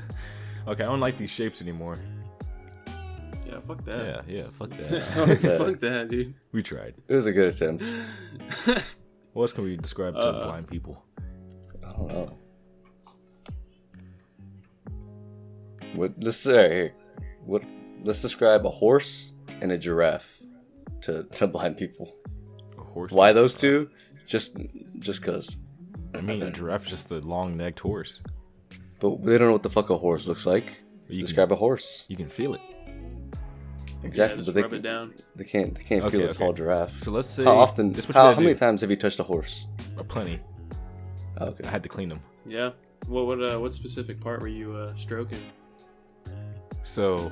[SPEAKER 1] okay, I don't like these shapes anymore.
[SPEAKER 3] yeah, fuck that.
[SPEAKER 1] Yeah, yeah, fuck that.
[SPEAKER 3] fuck, that, dude.
[SPEAKER 1] we tried.
[SPEAKER 4] it was a good attempt.
[SPEAKER 1] What else can we describe to
[SPEAKER 3] Uh,
[SPEAKER 1] blind people?
[SPEAKER 4] I
[SPEAKER 1] Oh.
[SPEAKER 4] don't know. What? Let's all right, here. What? Let's describe a horse and a giraffe to to blind people.
[SPEAKER 1] A horse.
[SPEAKER 4] Why those two? Just just cause.
[SPEAKER 1] I mean, a giraffe is just a long-necked horse.
[SPEAKER 4] But they don't know what the fuck a horse looks like.
[SPEAKER 1] But you
[SPEAKER 4] describe a horse.
[SPEAKER 1] Can, you can feel it.
[SPEAKER 3] Yeah,
[SPEAKER 4] Exactly.
[SPEAKER 3] just
[SPEAKER 4] but
[SPEAKER 3] rub
[SPEAKER 4] they,
[SPEAKER 3] it down.
[SPEAKER 4] they can't. They can't
[SPEAKER 1] Okay,
[SPEAKER 4] feel a
[SPEAKER 1] okay.
[SPEAKER 4] tall giraffe.
[SPEAKER 1] So let's say
[SPEAKER 4] how often?
[SPEAKER 1] This is what you
[SPEAKER 4] How,
[SPEAKER 1] gotta
[SPEAKER 4] how many
[SPEAKER 1] do.
[SPEAKER 4] times have you touched a horse?
[SPEAKER 1] Uh, Plenty.
[SPEAKER 4] Oh,
[SPEAKER 1] I
[SPEAKER 4] okay.
[SPEAKER 1] had to clean them.
[SPEAKER 3] Yeah. What what uh, what specific part were you uh, stroking?
[SPEAKER 1] So,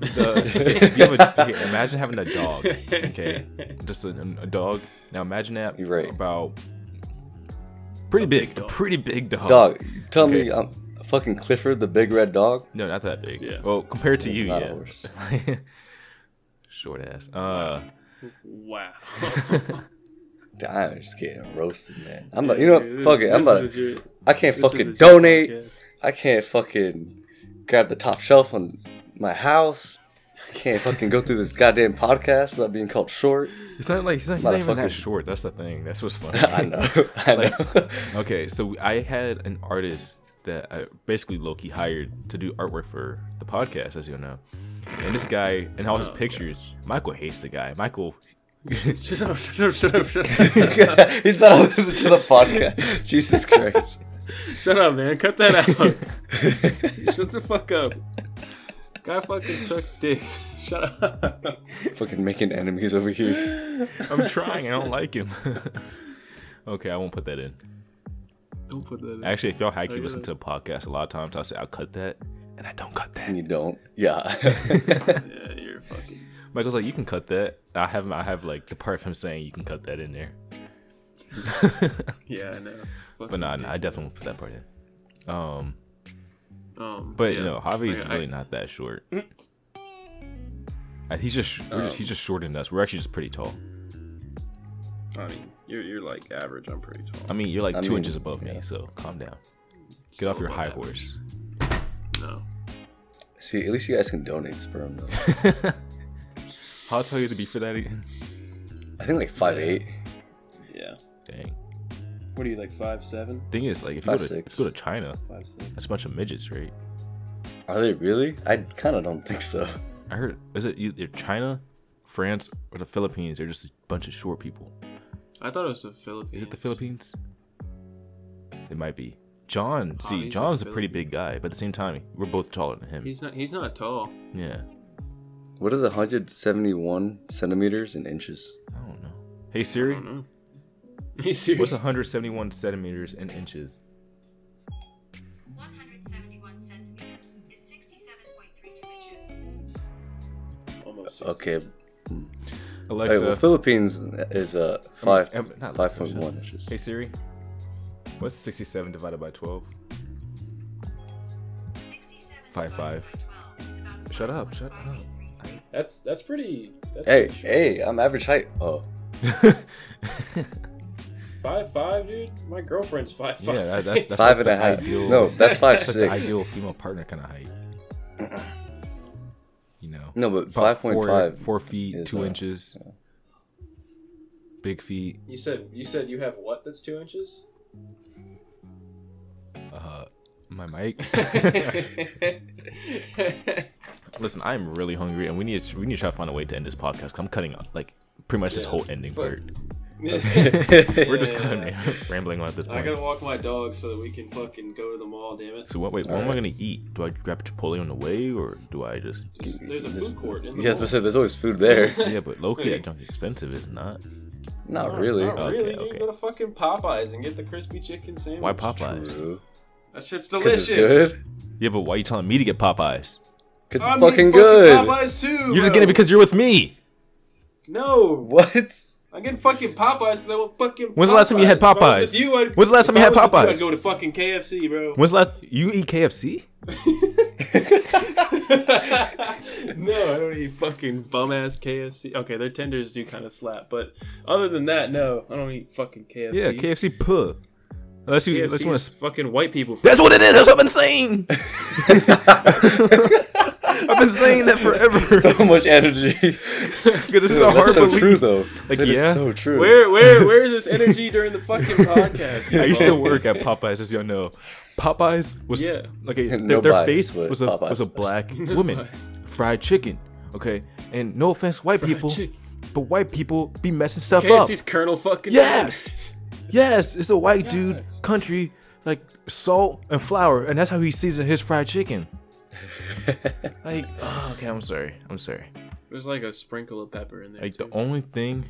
[SPEAKER 1] the, if you have a, okay, imagine having a dog. Okay, just a, a dog. Now imagine that
[SPEAKER 4] You're right.
[SPEAKER 1] about pretty
[SPEAKER 3] big
[SPEAKER 1] big, a
[SPEAKER 3] dog.
[SPEAKER 1] pretty big dog.
[SPEAKER 4] Dog, tell me,
[SPEAKER 1] Okay.
[SPEAKER 4] I'm fucking Clifford the big red dog.
[SPEAKER 1] No, not that big.
[SPEAKER 3] Yeah.
[SPEAKER 1] Well, compared to you,
[SPEAKER 4] Not a
[SPEAKER 1] yeah.
[SPEAKER 4] horse.
[SPEAKER 1] Short ass. Uh,
[SPEAKER 3] Wow.
[SPEAKER 4] I'm just getting roasted, man. I'm not, you know, what? fuck it. I'm
[SPEAKER 3] This
[SPEAKER 4] about.
[SPEAKER 3] is a ju-
[SPEAKER 4] I can't
[SPEAKER 3] this is a
[SPEAKER 4] fucking
[SPEAKER 3] ju-
[SPEAKER 4] donate.
[SPEAKER 3] podcast.
[SPEAKER 4] I can't fucking grab the top shelf on my house. I can't fucking go through this goddamn podcast without being called short.
[SPEAKER 1] it's not like he's not, he's not even that
[SPEAKER 4] Motherfucker.
[SPEAKER 1] short. That's the thing. That's what's funny.
[SPEAKER 4] I know. I know.
[SPEAKER 1] Okay, so I had an artist that I basically Loki hired to do artwork for the podcast, as you know. And this guy, and all his pictures, Michael hates the guy. Michael,
[SPEAKER 3] Shut up! Shut up! Shut up! Shut up!
[SPEAKER 4] He's not listening to the podcast. Jesus Christ.
[SPEAKER 3] Shut up, man! Cut that out! Shut the fuck up! Guy fucking sucks dick. Shut up!
[SPEAKER 4] fucking making enemies over here.
[SPEAKER 1] I'm trying, I don't like him. okay, I won't put that in.
[SPEAKER 3] Don't put that. In.
[SPEAKER 1] Actually, if y'all actually
[SPEAKER 3] I
[SPEAKER 1] listen to
[SPEAKER 3] gotta-
[SPEAKER 1] the podcast, a lot of times I'll say, I'll cut that, and I don't cut that.
[SPEAKER 4] You don't. Yeah.
[SPEAKER 3] yeah, you're fucking.
[SPEAKER 1] Michael's like, you can cut that. I have, I have like the part of him saying, you can cut that in there.
[SPEAKER 3] Yeah, I know. Fucking
[SPEAKER 1] But nah, nah,
[SPEAKER 3] dick.
[SPEAKER 1] I definitely won't put that part in. Um,
[SPEAKER 3] Um,
[SPEAKER 1] But
[SPEAKER 3] yeah.
[SPEAKER 1] no, Javi's
[SPEAKER 3] Like, I-
[SPEAKER 1] really not that short. Uh, He's just, we're just he's
[SPEAKER 3] Um,
[SPEAKER 1] just shorter than us. We're actually just pretty tall.
[SPEAKER 3] I mean, you're you're like average. I'm pretty tall.
[SPEAKER 1] I mean, you're like
[SPEAKER 4] I
[SPEAKER 1] two
[SPEAKER 4] mean,
[SPEAKER 1] inches above
[SPEAKER 4] yeah.
[SPEAKER 1] me, so calm down. Get
[SPEAKER 3] So
[SPEAKER 1] off your
[SPEAKER 3] about
[SPEAKER 1] high
[SPEAKER 3] that.
[SPEAKER 1] horse.
[SPEAKER 3] No.
[SPEAKER 4] See, at least you guys can donate sperm though.
[SPEAKER 1] I'll tell you to be for that again.
[SPEAKER 4] I think like five eight.
[SPEAKER 3] Yeah.
[SPEAKER 1] Dang.
[SPEAKER 3] What are you like five seven?
[SPEAKER 1] Thing is, like if you go
[SPEAKER 4] Five,
[SPEAKER 1] to,
[SPEAKER 4] six.
[SPEAKER 1] if you go to China,
[SPEAKER 3] Five six.
[SPEAKER 1] that's a bunch of midgets, right?
[SPEAKER 4] Are they really? I kind of don't think so.
[SPEAKER 1] I heard is it either China, France, or the Philippines? They're just a bunch of short people.
[SPEAKER 3] I thought it was the
[SPEAKER 1] Is
[SPEAKER 3] Philippines.
[SPEAKER 1] it the Philippines? It might be. John,
[SPEAKER 3] Oh,
[SPEAKER 1] see,
[SPEAKER 3] he's
[SPEAKER 1] John's a
[SPEAKER 3] like
[SPEAKER 1] pretty big guy, but at the same time, we're both taller than him.
[SPEAKER 3] He's not. He's not tall.
[SPEAKER 1] Yeah.
[SPEAKER 4] What is 171 centimeters in inches?
[SPEAKER 1] I don't know. Hey
[SPEAKER 3] I
[SPEAKER 1] Siri,
[SPEAKER 3] don't know. He's serious.
[SPEAKER 1] what's 171 centimeters in inches?
[SPEAKER 5] 171 centimeters is 67.32 inches.
[SPEAKER 3] Almost. six.
[SPEAKER 4] Okay. Hey,
[SPEAKER 1] Alexa,
[SPEAKER 4] well, Philippines is uh, five,
[SPEAKER 1] um, not Alexa,
[SPEAKER 4] 5.1 inches.
[SPEAKER 1] hey Siri, what's 67 divided by 12?
[SPEAKER 5] 67
[SPEAKER 1] Five, five.
[SPEAKER 5] divided by 12 is about
[SPEAKER 1] Shut up, shut up.
[SPEAKER 5] 5.5833.
[SPEAKER 3] That's that's pretty. That's
[SPEAKER 4] Hey,
[SPEAKER 3] pretty short.
[SPEAKER 4] hey, I'm average height. Oh,
[SPEAKER 3] Five five, dude. My girlfriend's five five.
[SPEAKER 1] yeah, that, that's, that's
[SPEAKER 4] five
[SPEAKER 1] like
[SPEAKER 4] and a
[SPEAKER 1] the
[SPEAKER 4] half.
[SPEAKER 1] Ideal,
[SPEAKER 4] No, that's five
[SPEAKER 1] that's like the
[SPEAKER 4] six.
[SPEAKER 1] ideal female partner kind of height. You know.
[SPEAKER 4] No, but
[SPEAKER 1] About
[SPEAKER 4] five point
[SPEAKER 1] four-
[SPEAKER 4] five
[SPEAKER 1] Four feet,
[SPEAKER 4] is,
[SPEAKER 1] two
[SPEAKER 4] uh,
[SPEAKER 1] inches. Big feet.
[SPEAKER 3] You said you said you have what? That's two inches.
[SPEAKER 1] Uh, my mic. Listen, I'm really hungry, and we need to, we need to try to find a way to end this podcast. 'cause I'm cutting up like pretty much this
[SPEAKER 3] Yeah,
[SPEAKER 1] whole ending
[SPEAKER 3] fuck.
[SPEAKER 1] part.
[SPEAKER 4] We're
[SPEAKER 1] We're just
[SPEAKER 3] Yeah,
[SPEAKER 1] kind of
[SPEAKER 3] yeah.
[SPEAKER 1] rambling on at this
[SPEAKER 3] I gotta
[SPEAKER 1] point.
[SPEAKER 3] walk my dog so that we can fucking go to the mall. Damn it!
[SPEAKER 1] So what? Wait, what am I
[SPEAKER 4] Alright.
[SPEAKER 1] gonna eat? Do I grab Chipotle on the way, or do I just?
[SPEAKER 3] Just- there's a
[SPEAKER 4] This-
[SPEAKER 3] food court in the
[SPEAKER 4] Yes,
[SPEAKER 3] mall.
[SPEAKER 4] but so there's always food there.
[SPEAKER 1] Yeah, but Loki, that junk is expensive, is it not.
[SPEAKER 4] Not really.
[SPEAKER 3] Not
[SPEAKER 1] Okay,
[SPEAKER 3] really. You
[SPEAKER 1] okay.
[SPEAKER 3] can go to fucking Popeyes and get the crispy chicken sandwich.
[SPEAKER 1] Why Popeyes?
[SPEAKER 4] True.
[SPEAKER 3] That shit's
[SPEAKER 4] 'Cause it's
[SPEAKER 3] delicious.
[SPEAKER 4] good.
[SPEAKER 1] Yeah, but why are you telling me to get Popeyes?
[SPEAKER 4] Cause it's
[SPEAKER 3] I'm
[SPEAKER 4] fucking
[SPEAKER 3] eating
[SPEAKER 4] good.
[SPEAKER 3] Popeyes too.
[SPEAKER 1] You're just
[SPEAKER 3] bro.
[SPEAKER 1] getting it because you're with me.
[SPEAKER 3] no.
[SPEAKER 4] What?
[SPEAKER 3] I'm getting fucking Popeyes because I want fucking.
[SPEAKER 1] When's the last time you had
[SPEAKER 3] Popeyes? If I was
[SPEAKER 1] Popeyes?
[SPEAKER 3] with you, I'd-
[SPEAKER 1] When's the last
[SPEAKER 3] if
[SPEAKER 1] time you
[SPEAKER 3] I
[SPEAKER 1] had
[SPEAKER 3] was with
[SPEAKER 1] Popeyes?
[SPEAKER 3] I'd go to fucking KFC, bro.
[SPEAKER 1] When's the last you eat KFC?
[SPEAKER 3] no, I don't eat fucking bum ass KFC. Okay, their tenders do kind of slap, but other than that, no, I don't eat fucking KFC.
[SPEAKER 1] Yeah, KFC puh. Unless you unless
[SPEAKER 3] KFC
[SPEAKER 1] you want
[SPEAKER 3] is
[SPEAKER 1] to.
[SPEAKER 3] fucking white people. food.
[SPEAKER 1] That's what it is. That's what I've been saying. I've been saying that forever.
[SPEAKER 4] so much energy.
[SPEAKER 1] Because this is a
[SPEAKER 4] That's
[SPEAKER 1] hard
[SPEAKER 4] so
[SPEAKER 1] belief.
[SPEAKER 4] true, though.
[SPEAKER 1] Like,
[SPEAKER 4] That is
[SPEAKER 1] yeah.
[SPEAKER 4] so true.
[SPEAKER 3] Where where where is this energy during the fucking podcast?
[SPEAKER 1] I used to
[SPEAKER 3] bro?
[SPEAKER 1] work at Popeyes, as you all know. Popeyes was
[SPEAKER 3] Yeah.
[SPEAKER 1] okay. Their,
[SPEAKER 4] No
[SPEAKER 1] their
[SPEAKER 4] bias,
[SPEAKER 1] face
[SPEAKER 4] but
[SPEAKER 1] was a
[SPEAKER 4] Popeyes.
[SPEAKER 1] was a black woman, fried chicken. Okay, and no offense, white people,
[SPEAKER 3] chicken.
[SPEAKER 1] but white people be messing stuff
[SPEAKER 3] KFC's
[SPEAKER 1] up.
[SPEAKER 3] Colonel fucking.
[SPEAKER 1] Yes! Yes, it's a white dude
[SPEAKER 3] Yes.
[SPEAKER 1] country like salt and flour, and that's how he season his fried chicken. like, oh, okay, I'm sorry, I'm sorry.
[SPEAKER 3] There's like a sprinkle of pepper in there.
[SPEAKER 1] Like
[SPEAKER 3] too.
[SPEAKER 1] the only thing,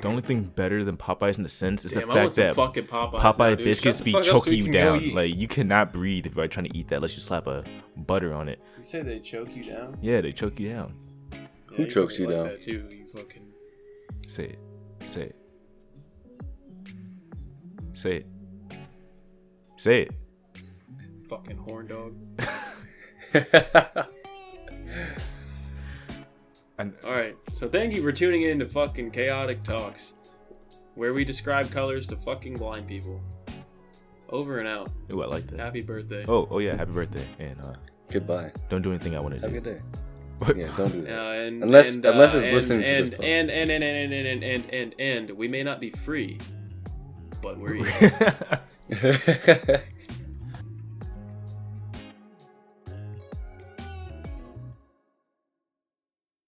[SPEAKER 1] the only thing better than Popeyes in the sense is the
[SPEAKER 3] Damn, I want
[SPEAKER 1] fact
[SPEAKER 3] some
[SPEAKER 1] that
[SPEAKER 3] fucking Popeyes. now,
[SPEAKER 1] Popeye
[SPEAKER 3] dude.
[SPEAKER 1] biscuits
[SPEAKER 3] Shut
[SPEAKER 1] be
[SPEAKER 3] the fuck up so
[SPEAKER 1] choking
[SPEAKER 3] we
[SPEAKER 1] you
[SPEAKER 3] can go
[SPEAKER 1] down.
[SPEAKER 3] eat.
[SPEAKER 1] Like you cannot breathe by trying to eat that unless you slap a butter on it.
[SPEAKER 3] you say they choke you down.
[SPEAKER 1] Yeah, they choke you down.
[SPEAKER 3] Yeah,
[SPEAKER 4] Who chokes
[SPEAKER 3] probably
[SPEAKER 4] you
[SPEAKER 3] like
[SPEAKER 4] down?
[SPEAKER 3] that too, you fucking-
[SPEAKER 1] Say it. Say it. Say it. Say it.
[SPEAKER 3] fucking horn dog.
[SPEAKER 1] And
[SPEAKER 3] All right. So thank you for tuning in to fucking chaotic talks, where we describe colors to fucking blind people. Over and out.
[SPEAKER 1] ooh, I like that.
[SPEAKER 3] Happy birthday.
[SPEAKER 1] Oh, oh yeah, happy birthday. And uh
[SPEAKER 4] Goodbye.
[SPEAKER 1] don't do anything I want to
[SPEAKER 4] Have a
[SPEAKER 1] do.
[SPEAKER 4] good day.
[SPEAKER 1] But-
[SPEAKER 4] Yeah, don't do
[SPEAKER 3] Uh,
[SPEAKER 4] that.
[SPEAKER 3] and,
[SPEAKER 4] Unless-
[SPEAKER 3] and, uh,
[SPEAKER 4] unless it's
[SPEAKER 3] and-
[SPEAKER 4] listening to
[SPEAKER 3] and,
[SPEAKER 4] this podcast.
[SPEAKER 3] and, and and and and and and and and we may not be free, but we're.
[SPEAKER 1] yeah.
[SPEAKER 4] Goodbye.